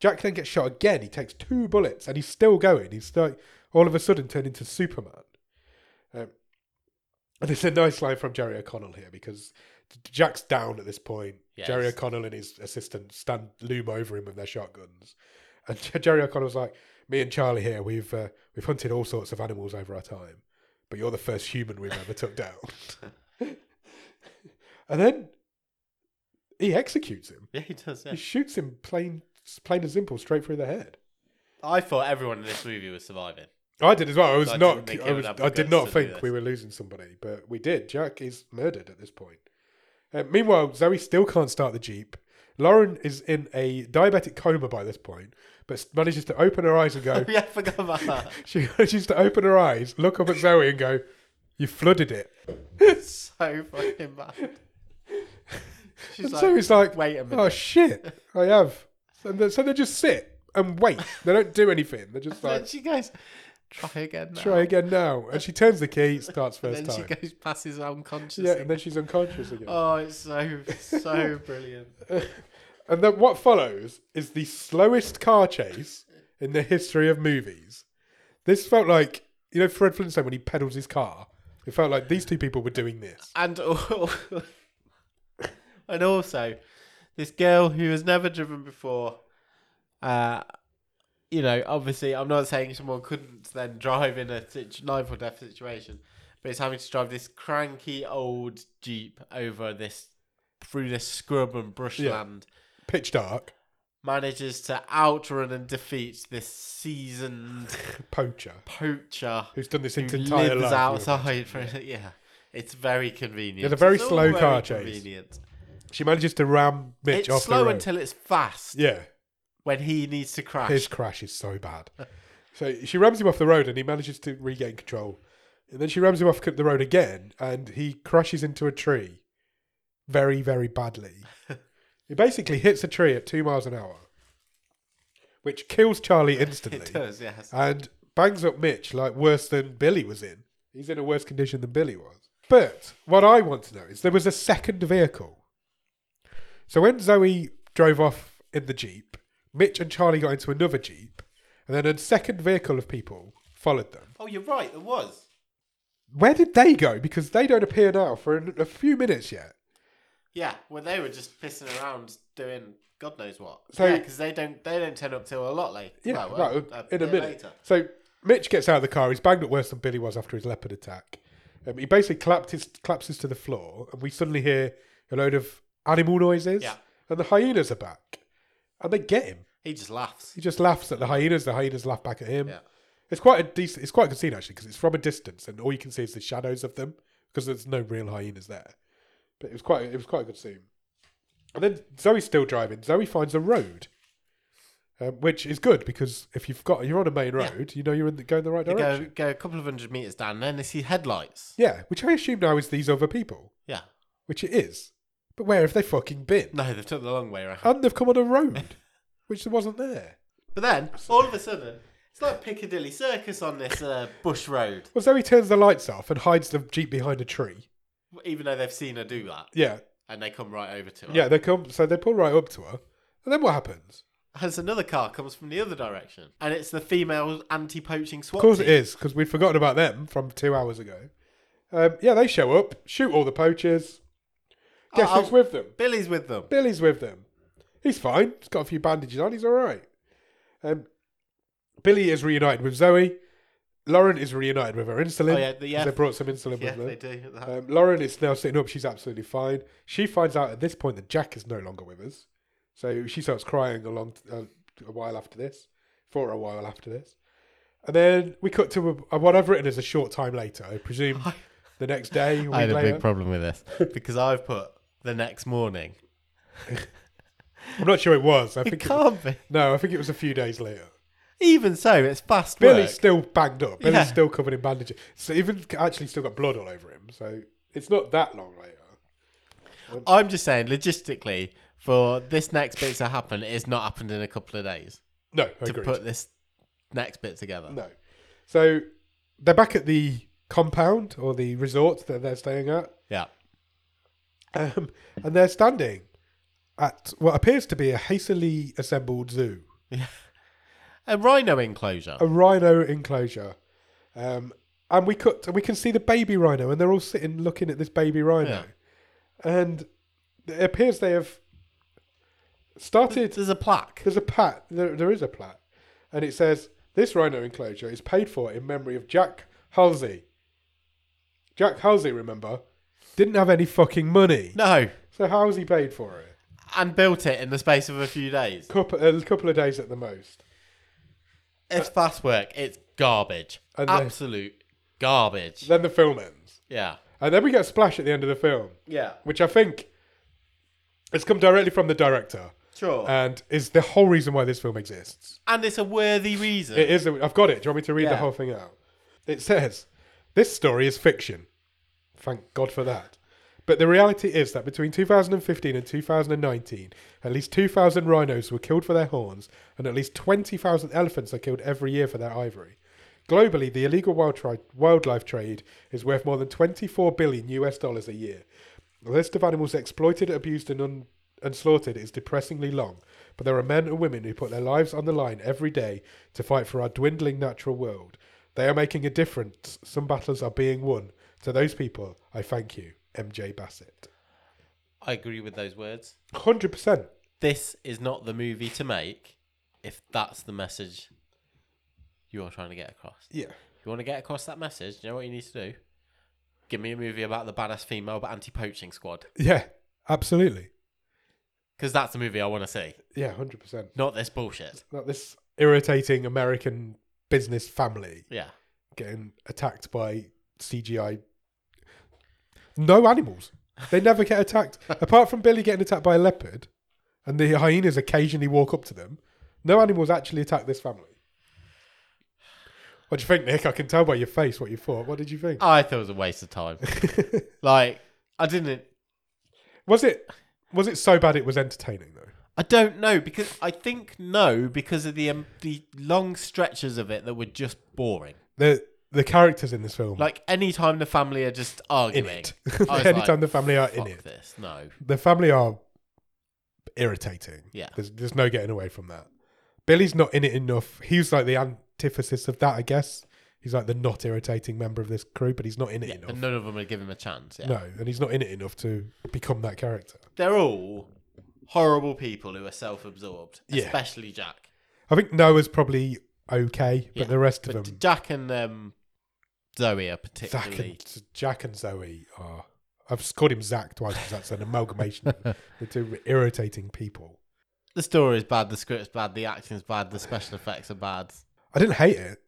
Speaker 2: Jack then gets shot again. He takes two bullets and he's still going. He's like all of a sudden turned into Superman. Um, and there's a nice line from Jerry O'Connell here because Jack's down at this point.
Speaker 1: Yes.
Speaker 2: Jerry O'Connell and his assistant stand loom over him with their shotguns, and Jerry O'Connell's like, "Me and Charlie here, we've uh, we've hunted all sorts of animals over our time, but you're the first human we've ever took down." and then he executes him.
Speaker 1: Yeah, he does. Yeah.
Speaker 2: He shoots him plain, plain and simple, straight through the head.
Speaker 1: I thought everyone in this movie was surviving.
Speaker 2: I did as well. I was
Speaker 1: I didn't
Speaker 2: not.
Speaker 1: think it
Speaker 2: I,
Speaker 1: would
Speaker 2: was,
Speaker 1: have
Speaker 2: I
Speaker 1: the
Speaker 2: did
Speaker 1: guts
Speaker 2: not
Speaker 1: to do
Speaker 2: think
Speaker 1: this.
Speaker 2: we were losing somebody, but we did. Jack is murdered at this point. Uh, meanwhile, Zoe still can't start the jeep. Lauren is in a diabetic coma by this point, but s- manages to open her eyes and go.
Speaker 1: yeah, I forgot about that.
Speaker 2: she manages to open her eyes, look up at Zoe, and go, "You flooded it."
Speaker 1: so fucking bad. She's
Speaker 2: and
Speaker 1: like,
Speaker 2: Zoe's like,
Speaker 1: wait a minute.
Speaker 2: "Oh shit, I have." And then, so they just sit and wait. they don't do anything. They're just
Speaker 1: and
Speaker 2: like,
Speaker 1: she goes, Try again. Now.
Speaker 2: Try again now. And she turns the key, starts
Speaker 1: And
Speaker 2: first
Speaker 1: then
Speaker 2: time.
Speaker 1: she goes past his unconscious.
Speaker 2: yeah, and then she's unconscious again.
Speaker 1: Oh, it's so so brilliant.
Speaker 2: and then what follows is the slowest car chase in the history of movies. This felt like you know Fred Flintstone when he pedals his car. It felt like these two people were doing this.
Speaker 1: And al- and also, this girl who has never driven before. Uh, you know, obviously, I'm not saying someone couldn't then drive in a situ- life or death situation, but it's having to drive this cranky old jeep over this through this scrub and brushland.
Speaker 2: Pitch dark,
Speaker 1: Manages to outrun and defeat this seasoned
Speaker 2: poacher
Speaker 1: poacher
Speaker 2: who's done this
Speaker 1: who
Speaker 2: his entire
Speaker 1: lives
Speaker 2: life.
Speaker 1: outside. For, yeah, it's very convenient.
Speaker 2: It's a very
Speaker 1: all
Speaker 2: slow
Speaker 1: very
Speaker 2: car chase.
Speaker 1: convenient.
Speaker 2: She manages to ram Mitch
Speaker 1: It's
Speaker 2: off the
Speaker 1: slow
Speaker 2: road.
Speaker 1: until it's fast
Speaker 2: yeah,
Speaker 1: when he needs to crash.
Speaker 2: his crash is so bad. So she rams him off the road, and he manages to regain control. And then she rams him off the road again, and he crashes into a tree, very very badly. he basically hits a tree at two miles an hour, which kills Charlie instantly,
Speaker 1: it does, yes.
Speaker 2: and bangs up Mitch like worse than Billy was in. He's in a worse condition than Billy was. But what I want to know is there was a second vehicle. So when Zoe drove off in the Jeep, Mitch and Charlie got into another Jeep, and then a second vehicle of people followed them.
Speaker 1: Oh, you're right. There was.
Speaker 2: Where did they go? Because they don't appear now for a, a few minutes yet.
Speaker 1: Yeah, well, they were just pissing around doing God knows what.
Speaker 2: So-
Speaker 1: yeah, because they don't they don't turn up till a lot later.
Speaker 2: Yeah,
Speaker 1: Well, well,
Speaker 2: right, in a
Speaker 1: bit
Speaker 2: minute.
Speaker 1: later.
Speaker 2: So Mitch gets out of the car. He's banged up worse than Billy was after his leopard attack. Um, he basically clapped his, collapses to the floor, and we suddenly hear a load of animal noises.
Speaker 1: Yeah.
Speaker 2: And the hyenas are back, and they get him.
Speaker 1: He just laughs.
Speaker 2: He just laughs at the hyenas. The hyenas laugh back at him.
Speaker 1: Yeah.
Speaker 2: It's quite a decent. It's quite a good scene actually because it's from a distance and all you can see is the shadows of them because there's no real hyenas there. But it was quite. It was quite a good scene. And then Zoe's still driving. Zoe finds a road, um, which is good because if you've got you're on a main
Speaker 1: Yeah.
Speaker 2: road, you know you're in the, going the right
Speaker 1: They
Speaker 2: direction.
Speaker 1: go go a couple of hundred meters down, and then they see headlights.
Speaker 2: Yeah, which I assume now is these other people,
Speaker 1: Yeah.
Speaker 2: which it is. But where have they fucking been?
Speaker 1: No, they've took the long way around.
Speaker 2: And they've come on a road, which wasn't there.
Speaker 1: But then, all of a sudden, it's like Piccadilly Circus on this uh, bush road,
Speaker 2: Well, Zoe turns the lights off and hides the jeep behind a tree.
Speaker 1: even though they've seen her do that.
Speaker 2: Yeah,
Speaker 1: And they come right over to her.
Speaker 2: yeah. They come, so they pull right up to her, and then what happens?
Speaker 1: As another car comes from the other direction. And it's the female anti poaching SWAT.
Speaker 2: Of course it
Speaker 1: team.
Speaker 2: is, because we'd forgotten about them from two hours ago. Um, yeah, they show up, shoot all the poachers. Guess
Speaker 1: Oh,
Speaker 2: who's with them?
Speaker 1: Billy's with them.
Speaker 2: Billy's with them. He's fine. He's got a few bandages on. He's all right. Um, Billy is reunited with Zoe. Lauren is reunited with her insulin.
Speaker 1: Oh, yeah, the-
Speaker 2: 'cause
Speaker 1: yeah.
Speaker 2: They brought some insulin
Speaker 1: Yeah,
Speaker 2: with
Speaker 1: they
Speaker 2: them.
Speaker 1: do. That-
Speaker 2: Um, Lauren is now sitting up. She's absolutely fine. She finds out at this point that Jack is no longer with us. So she starts crying along uh, a while after this, for a while after this. And then we cut to a, what I've written as a short time later. I presume the next day, a
Speaker 1: I had
Speaker 2: week
Speaker 1: a
Speaker 2: later.
Speaker 1: big problem with this because I've put the next morning.
Speaker 2: I'm not sure it was. I
Speaker 1: It
Speaker 2: think it,
Speaker 1: can't be.
Speaker 2: no, I think it was a few days later.
Speaker 1: Even so, it's fast work.
Speaker 2: Billy's still banged up. Billy's
Speaker 1: Yeah.
Speaker 2: still covered in bandages. So even actually still got blood all over him. So it's not that long later.
Speaker 1: I'm just saying, logistically, for this next bit to happen, it's not happened in a couple of days
Speaker 2: No, I
Speaker 1: to
Speaker 2: agree.
Speaker 1: put this next bit together.
Speaker 2: No. So they're back at the compound or the resort that they're staying at,
Speaker 1: Yeah.
Speaker 2: um, and they're standing at what appears to be a hastily assembled zoo,
Speaker 1: A rhino enclosure.
Speaker 2: a rhino enclosure, um, and we cut and we can see the baby rhino, and they're all sitting looking at this baby rhino, and it appears they have started
Speaker 1: There's a plaque.
Speaker 2: There's a plat. There, there is a plat, and it says this rhino enclosure is paid for in memory of Jack Halsey. Jack Halsey, remember, didn't have any fucking money,
Speaker 1: No.
Speaker 2: so how's he paid for it?
Speaker 1: And built it in the space of a few days.
Speaker 2: Couple, a couple of days at the most.
Speaker 1: It's fast work. It's garbage.
Speaker 2: And they-
Speaker 1: Absolute garbage.
Speaker 2: Then the film ends,
Speaker 1: Yeah.
Speaker 2: and then we get a splash at the end of the film,
Speaker 1: Yeah.
Speaker 2: which I think has come directly from the director
Speaker 1: Sure.
Speaker 2: and is the whole reason why this film exists.
Speaker 1: and it's a worthy reason.
Speaker 2: It is. A, I've got it. Do you want me to read the
Speaker 1: Yeah.
Speaker 2: whole thing out? It says, "This story is fiction." Thank God for that. But the reality is that between 2015 and 2019, at least 2,000 rhinos were killed for their horns, and at least 20,000 elephants are killed every year for their ivory. Globally, the illegal wild tri- wildlife trade is worth more than 24 billion US dollars a year. The list of animals exploited, abused, and, un- and slaughtered is depressingly long, but there are men and women who put their lives on the line every day to fight for our dwindling natural world. They are making a difference. Some battles are being won. To those people, I thank you, MJ Bassett.
Speaker 1: I agree with those words.
Speaker 2: 100%.
Speaker 1: This is not the movie to make if that's the message you're trying to get across.
Speaker 2: Yeah.
Speaker 1: If you want to get across that message, you know what you need to do? Give me a movie about the badass female but anti poaching squad.
Speaker 2: Yeah, absolutely.
Speaker 1: Because that's the movie I want to see,
Speaker 2: Yeah, 100%.
Speaker 1: not this bullshit.
Speaker 2: Not this irritating American business family
Speaker 1: Yeah.
Speaker 2: getting attacked by CGI. No animals. They never get attacked. Apart from Billy getting attacked by a leopard and the hyenas occasionally walk up to them, no animals actually attack this family. What do you think, Nick? I can tell by your face what you thought. What did you think?
Speaker 1: I thought it was a waste of time. like, I didn't.
Speaker 2: was it was it so bad it was entertaining though?
Speaker 1: I don't know because I think no because of the um, the long stretches of it that were just boring.
Speaker 2: The the characters in this film
Speaker 1: Like any time the family are just arguing,
Speaker 2: in it.
Speaker 1: I was
Speaker 2: Anytime
Speaker 1: like,
Speaker 2: the family are in
Speaker 1: fuck
Speaker 2: it.
Speaker 1: this. No,
Speaker 2: the family are irritating.
Speaker 1: Yeah.
Speaker 2: There's, there's no getting away from that. Billy's not in it enough. He's like the antithesis of that, I guess. He's like the not irritating member of this crew, but he's not in it
Speaker 1: yeah,
Speaker 2: enough.
Speaker 1: and none of them would give him a chance. Yeah.
Speaker 2: No, and he's not in it enough to become that character.
Speaker 1: They're all horrible people who are self-absorbed,
Speaker 2: Yeah.
Speaker 1: especially Jack.
Speaker 2: I think Noah's probably okay, but
Speaker 1: Yeah,
Speaker 2: the rest of
Speaker 1: But
Speaker 2: them,
Speaker 1: Jack and um, Zoe are
Speaker 2: Zach
Speaker 1: particularly.
Speaker 2: and, Jack and Zoe are. I've called him Zach twice because that's an amalgamation of the two irritating people.
Speaker 1: The story's bad. The script's bad. The acting's bad. The special effects are bad.
Speaker 2: I didn't hate it.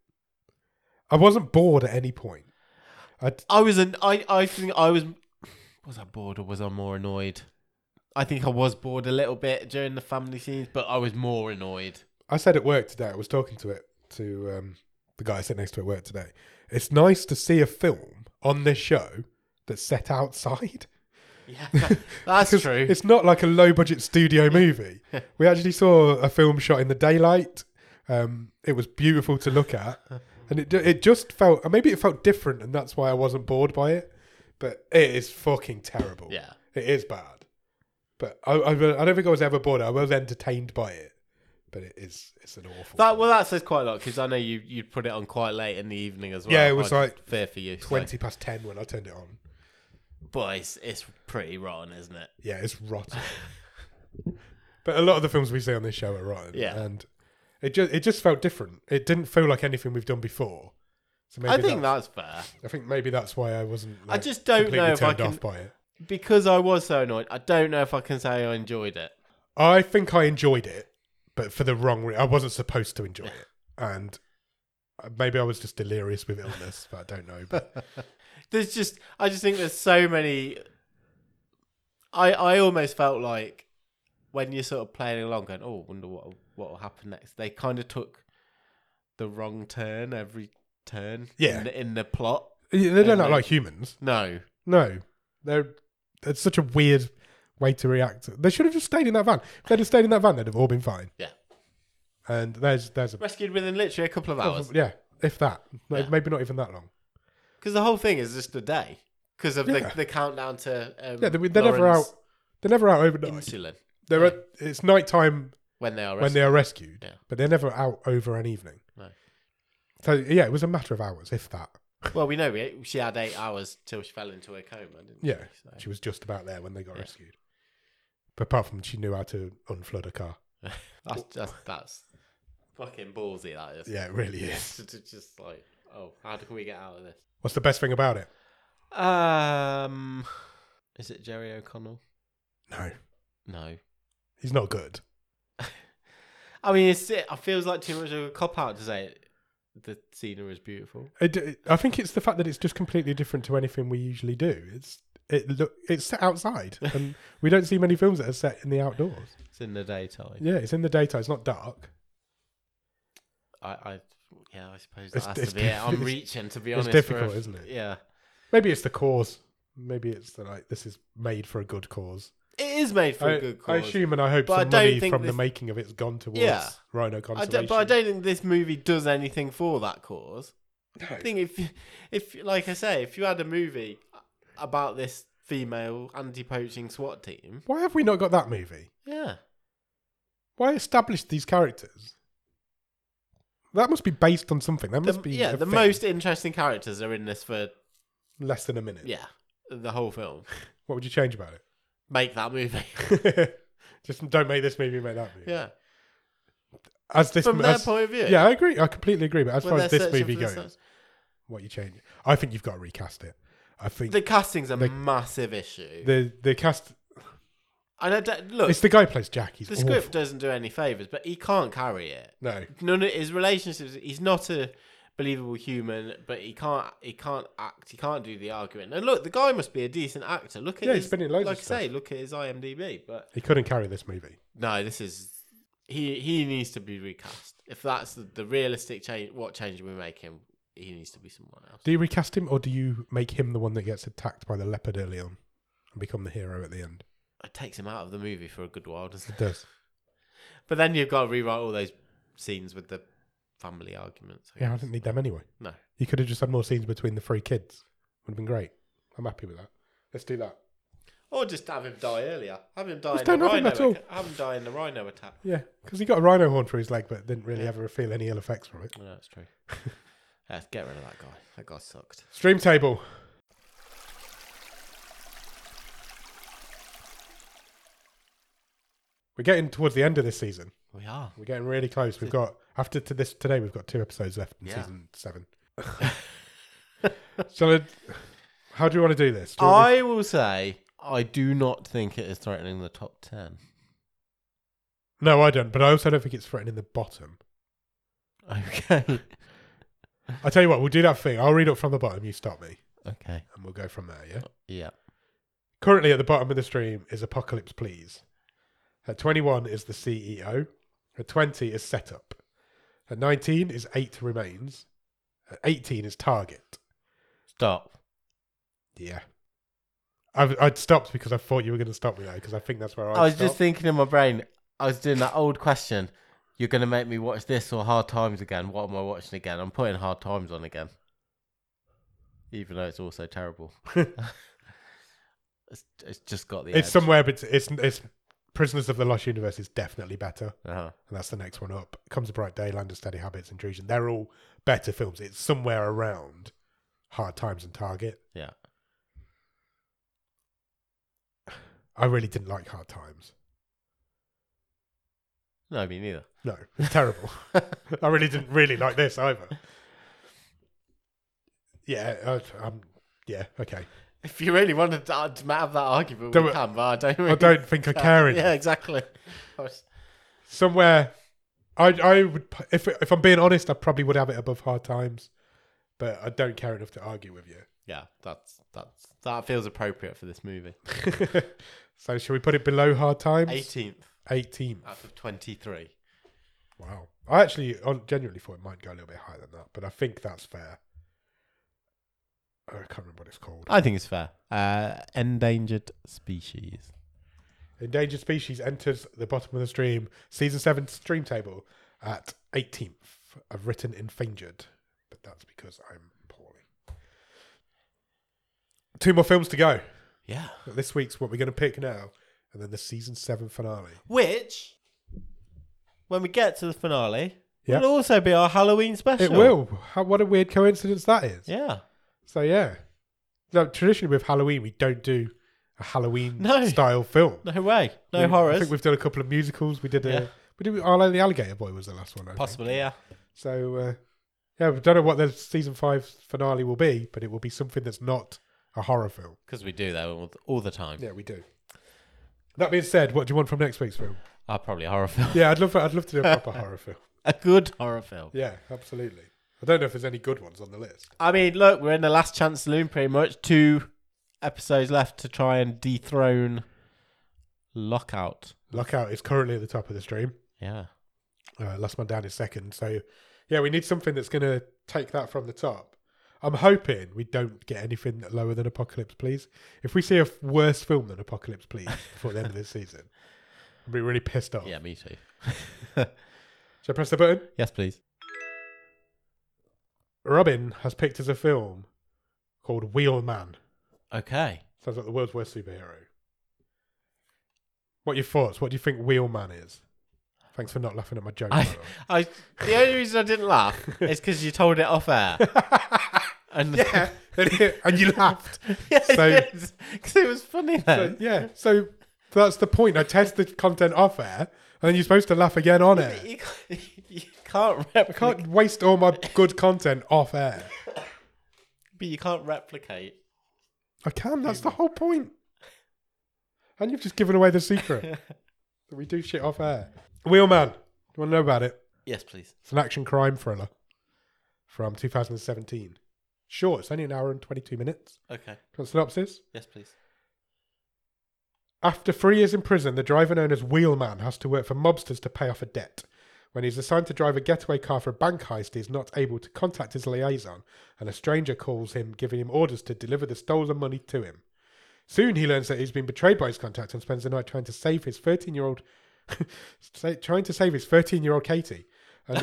Speaker 2: I wasn't bored at any point. I,
Speaker 1: I was an I I think I was was I bored or was I more annoyed? I think I was bored a little bit during the family scenes, but I was more annoyed.
Speaker 2: I said at work today, I was talking to it to um, the guy I sit next to at work today. It's nice to see a film on this show that's set outside.
Speaker 1: Yeah, that's
Speaker 2: 'Cause
Speaker 1: true.
Speaker 2: It's not like a low budget studio movie. we actually saw a film shot in the daylight. Um, it was beautiful to look at. And it, ju- it just felt, and maybe it felt different, and that's why I wasn't bored by it. But it is fucking terrible.
Speaker 1: Yeah,
Speaker 2: It is bad. But I, I, I don't think I was ever bored. I was entertained by it. But it is, it's an awful
Speaker 1: that well that says quite a lot because I know you you put it on quite late in the evening as well.
Speaker 2: Yeah, it was
Speaker 1: I just
Speaker 2: like
Speaker 1: fear for you. so-
Speaker 2: 20 past 10 when I turned it on.
Speaker 1: but it's, it's pretty rotten, isn't it?
Speaker 2: Yeah, it's rotten. but a lot of the films we see on this show are rotten.
Speaker 1: Yeah.
Speaker 2: And it just it just felt different. It didn't feel like anything we've done before. So maybe
Speaker 1: I think
Speaker 2: that's,
Speaker 1: that's fair
Speaker 2: I think maybe that's why I wasn't
Speaker 1: I
Speaker 2: like,
Speaker 1: just don't
Speaker 2: completely
Speaker 1: know if I
Speaker 2: turned
Speaker 1: can-
Speaker 2: off by it.
Speaker 1: because I was so annoyed. I don't know if I can say I enjoyed it.
Speaker 2: I think I enjoyed it, but for the wrong reason. I wasn't supposed to enjoy it. And uh, maybe I was just delirious with illness, but I don't know. But
Speaker 1: there's just I just think there's so many I I almost felt like when you're sort of playing along going, Oh, wonder what what will happen next they kind of took the wrong turn every turn
Speaker 2: Yeah.
Speaker 1: in the, in the plot.
Speaker 2: Yeah, they don't
Speaker 1: Yeah,
Speaker 2: act
Speaker 1: no.
Speaker 2: like humans.
Speaker 1: No.
Speaker 2: No, they're it's such a weird way to react. They should have just stayed in that van. If they'd have stayed in that van, they'd have all been fine.
Speaker 1: Yeah.
Speaker 2: And there's there's a
Speaker 1: Rescued within literally a couple of hours.
Speaker 2: yeah, if that, No,
Speaker 1: Yeah.
Speaker 2: maybe not even that long.
Speaker 1: Because the whole thing is just a day. Because of
Speaker 2: Yeah.
Speaker 1: the, the countdown to um,
Speaker 2: Yeah, they- they're never
Speaker 1: Lauren's
Speaker 2: They're never out overnight.
Speaker 1: insulin
Speaker 2: they're at, it's nighttime
Speaker 1: when they are
Speaker 2: when they are rescued,
Speaker 1: Yeah.
Speaker 2: but they're never out over an evening.
Speaker 1: No.
Speaker 2: So yeah, it was a matter of hours, if that.
Speaker 1: well we know we, she had eight hours till she fell into a coma didn't
Speaker 2: Yeah,
Speaker 1: she? So-
Speaker 2: she was just about there when they got
Speaker 1: Yeah.
Speaker 2: rescued. But apart from she knew how to unflood a car.
Speaker 1: That's just that's fucking ballsy. That is.
Speaker 2: Yeah, it really is.
Speaker 1: It's just- just like, oh, how can we get out of this?
Speaker 2: What's the best thing about it?
Speaker 1: Um, is it Jerry O'Connell?
Speaker 2: No,
Speaker 1: No.
Speaker 2: he's not good.
Speaker 1: I mean, it's, it feels like too much of a cop out to say the scenery is beautiful.
Speaker 2: It- It, I think it's the fact that it's just completely different to anything we usually do. It's it look it's set outside, and we don't see many films that are set in the outdoors.
Speaker 1: It's in the daytime.
Speaker 2: Yeah, it's in the daytime. It's not dark.
Speaker 1: I, I, yeah, I suppose
Speaker 2: It's-
Speaker 1: that has
Speaker 2: it's
Speaker 1: to be it.
Speaker 2: diff-
Speaker 1: I'm
Speaker 2: it's-
Speaker 1: reaching to be
Speaker 2: it's
Speaker 1: honest.
Speaker 2: difficult,
Speaker 1: for a-
Speaker 2: isn't it?
Speaker 1: Yeah,
Speaker 2: Maybe it's the cause. Maybe it's the, like this is made for a good cause.
Speaker 1: it is made for
Speaker 2: I,
Speaker 1: a good
Speaker 2: I
Speaker 1: cause.
Speaker 2: assume, and I hope
Speaker 1: But I
Speaker 2: some
Speaker 1: don't
Speaker 2: money
Speaker 1: think
Speaker 2: from the
Speaker 1: this-
Speaker 2: making of it's gone towards
Speaker 1: Yeah.
Speaker 2: rhino
Speaker 1: I
Speaker 2: conservation.
Speaker 1: don't, but I don't think this movie does anything for that cause. I think if if like I say, if you had a movie about this female anti-poaching SWAT team,
Speaker 2: Why have we not got that movie?
Speaker 1: yeah,
Speaker 2: Why establish these characters? That must be based on something. That
Speaker 1: the,
Speaker 2: must be
Speaker 1: yeah,
Speaker 2: a
Speaker 1: the
Speaker 2: thing.
Speaker 1: most interesting characters are in this for
Speaker 2: less than a minute.
Speaker 1: yeah the whole film.
Speaker 2: What would you change about
Speaker 1: Make that movie,
Speaker 2: it? Just don't make this movie, make that movie.
Speaker 1: yeah,
Speaker 2: As this
Speaker 1: from their
Speaker 2: as,
Speaker 1: point of view.
Speaker 2: yeah, I agree. I completely agree. But as
Speaker 1: When
Speaker 2: far
Speaker 1: they're
Speaker 2: as this
Speaker 1: searching
Speaker 2: movie
Speaker 1: for the
Speaker 2: goes,
Speaker 1: stuff-
Speaker 2: what you change? I think you've got to recast it. I think
Speaker 1: the casting's a
Speaker 2: The-
Speaker 1: massive issue.
Speaker 2: the the cast.
Speaker 1: and I don't, look,
Speaker 2: It's the guy who plays Jack. He's
Speaker 1: the
Speaker 2: awful.
Speaker 1: script doesn't do any favors, but he can't carry it.
Speaker 2: No,
Speaker 1: none of his relationships. He's not a believable human, but he can't he can't act. He can't do the argument. And look, the guy must be a decent actor. Look at
Speaker 2: Yeah,
Speaker 1: his,
Speaker 2: he's been in loads of
Speaker 1: like
Speaker 2: stuff.
Speaker 1: I say, look at his IMDb. But
Speaker 2: he couldn't carry this movie.
Speaker 1: no, this is he he needs to be recast. If that's the, the realistic change, what change we make him, he needs to be someone else.
Speaker 2: Do you recast him, or do you make him the one that gets attacked by the leopard early on and become the hero at the end?
Speaker 1: It takes him out of the movie for a good while, doesn't
Speaker 2: It
Speaker 1: it?
Speaker 2: does.
Speaker 1: But then you've got to rewrite all those scenes with the family arguments. I
Speaker 2: Yeah, I
Speaker 1: guess.
Speaker 2: didn't need them anyway.
Speaker 1: No.
Speaker 2: You could have just had more scenes between the three kids. Would have been great. I'm happy with that. Let's do that.
Speaker 1: Or just have him die earlier. Have him die.
Speaker 2: Just don't
Speaker 1: in the
Speaker 2: have him
Speaker 1: rhino
Speaker 2: at all.
Speaker 1: atta- Have him die in the rhino attack.
Speaker 2: Yeah, because he got a rhino horn through his leg, but didn't really
Speaker 1: Yeah.
Speaker 2: ever feel any ill effects from it.
Speaker 1: No, that's true. yeah, get rid of that guy. That guy sucked.
Speaker 2: Stream table. We're getting towards the end of this season.
Speaker 1: We are.
Speaker 2: We're getting really close. We've got after to this today. We've got two episodes left in
Speaker 1: Yeah.
Speaker 2: season seven. Shall I, How do you want to do this? Do you want
Speaker 1: I will say, I do not think it is threatening the top 10.
Speaker 2: me- no, I don't. But I also don't think it's threatening the bottom.
Speaker 1: Okay.
Speaker 2: I tell you what, we'll do that thing. I'll read up from the bottom. You stop me,
Speaker 1: okay.
Speaker 2: and we'll go from there. Yeah.
Speaker 1: Yeah.
Speaker 2: Currently at the bottom of the stream is Apocalypse Please. At 21 is the E CEO. At 20 is Setup. At 19 is Eight Remains. At 18 is Target.
Speaker 1: Stop.
Speaker 2: Yeah. I've, I'd stopped because I thought you were going to stop me though, because I think that's where I,
Speaker 1: I was just thinking in my brain, I was doing that old question. You're going to make me watch this or Hard Times again. What am I watching again? I'm putting Hard Times on again. Even though it's also terrible. it's, it's just got the
Speaker 2: It's
Speaker 1: edge.
Speaker 2: somewhere, but it's, it's Prisoners of the Lost Universe is definitely better,
Speaker 1: uh-huh.
Speaker 2: and that's the next one up. Comes a Bright Day, Land of Steady Habits, Intrusion. They're all better films. It's somewhere around Hard Times and Target.
Speaker 1: Yeah.
Speaker 2: I really didn't like Hard Times.
Speaker 1: No, me neither.
Speaker 2: No, it's terrible. I really didn't really like this either. Yeah, I, um, yeah, okay.
Speaker 1: If you really wanted to uh, to have that argument,
Speaker 2: Don't
Speaker 1: we
Speaker 2: we-
Speaker 1: can, but I don't. Really
Speaker 2: I don't think I care enough.
Speaker 1: Yeah, exactly. I was-
Speaker 2: Somewhere, I I would pu- if if I'm being honest, I probably would have it above hard times, but I don't care enough to argue with
Speaker 1: yeah, that's that's that feels appropriate for this movie.
Speaker 2: you. so shall we put it below hard times?
Speaker 1: Eighteenth
Speaker 2: Eighteen.
Speaker 1: out of twenty-three.
Speaker 2: Wow. I actually on genuinely thought it might go a little bit higher than that, but I think that's fair. Oh, I can't remember what it's called.
Speaker 1: I think it's fair. Uh, endangered species.
Speaker 2: Endangered Species enters the bottom of the stream, season seven stream table at 18th. I've written enfangered, but that's because I'm poorly. Two more films to go.
Speaker 1: Yeah,
Speaker 2: This week's what we're going to pick now, and then the season seven finale.
Speaker 1: which when we get to the finale,
Speaker 2: Yeah.
Speaker 1: will also be our Halloween special.
Speaker 2: It will. How, what a weird coincidence that is.
Speaker 1: Yeah.
Speaker 2: So, yeah. Now, traditionally with Halloween, we don't do a Halloween
Speaker 1: No.
Speaker 2: style film.
Speaker 1: No way. No
Speaker 2: We- I
Speaker 1: horrors.
Speaker 2: think we've done a couple of musicals. We did a.
Speaker 1: Yeah.
Speaker 2: We did Arlo the Alligator Boy was the last one. I think.
Speaker 1: Possibly. Yeah.
Speaker 2: So uh, yeah, we don't know what the season five finale will be, but it will be something that's not a horror film.
Speaker 1: Because we do that all, all the time.
Speaker 2: Yeah, we do. That being said, what do you want from next week's film?
Speaker 1: Ah, probably a horror film.
Speaker 2: Yeah, I'd love I'd love to do a proper horror film.
Speaker 1: a good horror film.
Speaker 2: Yeah, absolutely. I don't know if there's any good ones on the list.
Speaker 1: I mean, look, we're in the last chance saloon pretty much. Two episodes left to try and dethrone Lockout.
Speaker 2: Lockout is currently at the top of the stream.
Speaker 1: Yeah.
Speaker 2: Uh, Last Man Down is second. So yeah, we need something that's going to take that from the top. I'm hoping we don't get anything lower than Apocalypse, please. If we see a f- worse film than Apocalypse, please, before the end of this season, I'll be really pissed off.
Speaker 1: Yeah, me too.
Speaker 2: Should I press the button?
Speaker 1: yes, please.
Speaker 2: Robin has picked as a film called Wheelman.
Speaker 1: Okay.
Speaker 2: Sounds like the world's worst superhero. What are your thoughts? What do you think Wheelman is? Thanks for not laughing at my joke. by
Speaker 1: I,
Speaker 2: the way.
Speaker 1: I, the only reason I didn't laugh is because you told it off air. And
Speaker 2: yeah, and you laughed.
Speaker 1: yeah,
Speaker 2: So-
Speaker 1: because it was funny
Speaker 2: So,
Speaker 1: then.
Speaker 2: yeah, so that's the point. I test the content off air, and then you're supposed to laugh again on air.
Speaker 1: you, can't, you can't
Speaker 2: I
Speaker 1: replicate,
Speaker 2: can't waste all my good content off air.
Speaker 1: but you can't replicate.
Speaker 2: I can. That's the whole point. And you've just given away the secret. that we do shit off air. Wheelman. Do you want to know about it?
Speaker 1: Yes, please.
Speaker 2: It's an action crime thriller from 2017. Short. It's only an hour and 22 minutes.
Speaker 1: Okay.
Speaker 2: Do you want synopsis?
Speaker 1: Yes, please.
Speaker 2: After three years in prison, the driver known as Wheelman has to work for mobsters to pay off a debt. When he's assigned to drive a getaway car for a bank heist, he is not able to contact his liaison, and a stranger calls him, giving him orders to deliver the stolen money to him. Soon he learns that he's been betrayed by his contact and spends the night trying to save his 13-year-old sa- trying to save his 13-year-old Katie and,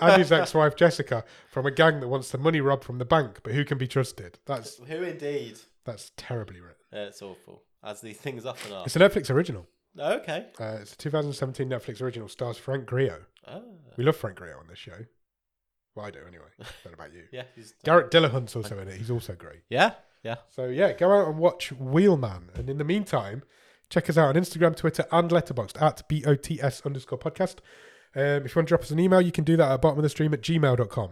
Speaker 2: and his ex-wife Jessica from a gang that wants the money robbed from the bank, but who can be trusted? That's
Speaker 1: Who indeed?
Speaker 2: that's terribly written.
Speaker 1: It's awful, as these things often are.
Speaker 2: It's a Netflix original.
Speaker 1: Oh, Okay.
Speaker 2: Uh, it's a 2017 Netflix original. Stars Frank Grillo.
Speaker 1: Oh.
Speaker 2: We love Frank Grillo on this show. Well, I do anyway. Don't know about you.
Speaker 1: Yeah. He's,
Speaker 2: Garrett Dillahunt's also in it. He's also great.
Speaker 1: yeah. Yeah.
Speaker 2: So yeah, go out and watch Wheelman. And in the meantime, check us out on Instagram, Twitter, and Letterboxd at BOTS underscore podcast. Um, if you want to drop us an email, you can do that at bottom of the stream at gmail.com.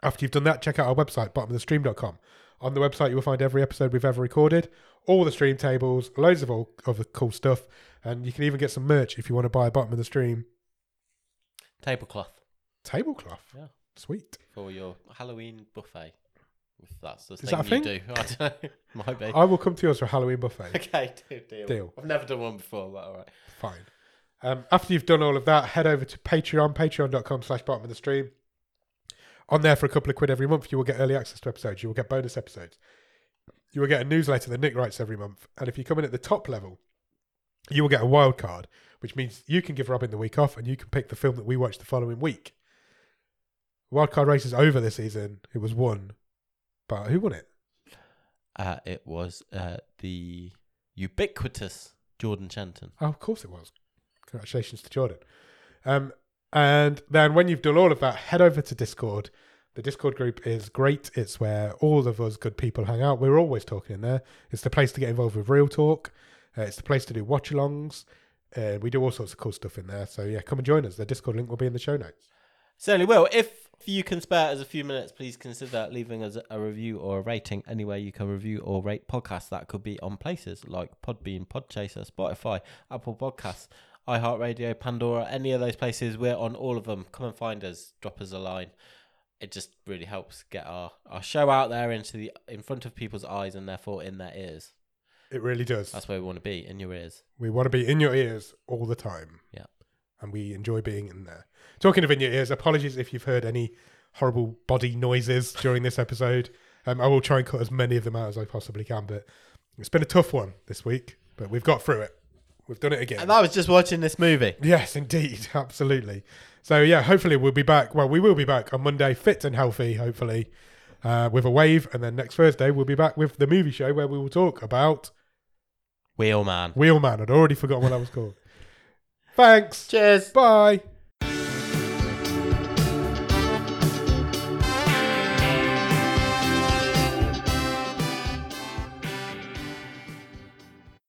Speaker 2: After you've done that, check out our website, bottomofthestream.com. On the website, you will find every episode we've ever recorded, all the stream tables, loads of all of the cool stuff, and you can even get some merch if you want to buy a bottom of the stream
Speaker 1: Tablecloth
Speaker 2: tablecloth.
Speaker 1: Yeah.
Speaker 2: Sweet.
Speaker 1: for your Halloween buffet. If that's the
Speaker 2: that
Speaker 1: thing
Speaker 2: a thing?
Speaker 1: you do. I don't know. Might be.
Speaker 2: I will come to yours for a Halloween buffet.
Speaker 1: Okay, deal, deal.
Speaker 2: Deal.
Speaker 1: I've never done one before, but all right.
Speaker 2: fine. Um, after you've done all of that, head over to Patreon, patreon.com slash bottom of the stream. On there for a couple of quid every month, you will get early access to episodes. You will get bonus episodes. You will get a newsletter that Nick writes every month. And if you come in at the top level, you will get a wild card, which means you can give Robin the week off and you can pick the film that we watch the following week. Wild card race is over this season. It was won. But who won it?
Speaker 1: Uh, it was uh, the ubiquitous Jordan Shenton.
Speaker 2: Oh, of course it was. Congratulations to Jordan. Um, and then when you've done all of that, head over to Discord. The Discord group is great. It's where all of us good people hang out. We're always talking in there. It's the place to get involved with real talk. Uh, it's the place to do watch alongs. Uh, we do all sorts of cool stuff in there. So yeah, come and join us. The Discord link will be in the show notes.
Speaker 1: Certainly will. If you can spare us a few minutes, please consider leaving us a review or a rating anywhere you can review or rate podcasts. That could be on places like Podbean, Podchaser, Spotify, Apple Podcasts, iHeartRadio, Pandora, any of those places. We're on all of them. Come and find us. Drop us a line. It just really helps get our, our show out there into the in front of people's eyes and therefore in their ears.
Speaker 2: It really does.
Speaker 1: That's where we want to be, in your ears.
Speaker 2: We want to be in your ears all the time.
Speaker 1: Yeah.
Speaker 2: And we enjoy being in there. Talking of in your ears, apologies if you've heard any horrible body noises during this episode. Um, I will try and cut as many of them out as I possibly can, but it's been a tough one this week, but we've got through it. We've done it again.
Speaker 1: And I was just watching this movie.
Speaker 2: yes, indeed. Absolutely. So, yeah, hopefully we'll be back. Well, we will be back on Monday, fit and healthy, hopefully, uh, with a wave. And then next Thursday, we'll be back with the movie show where we will talk about
Speaker 1: Wheelman.
Speaker 2: Wheelman. I'd already forgotten what that was called. Thanks.
Speaker 1: Cheers.
Speaker 2: Bye.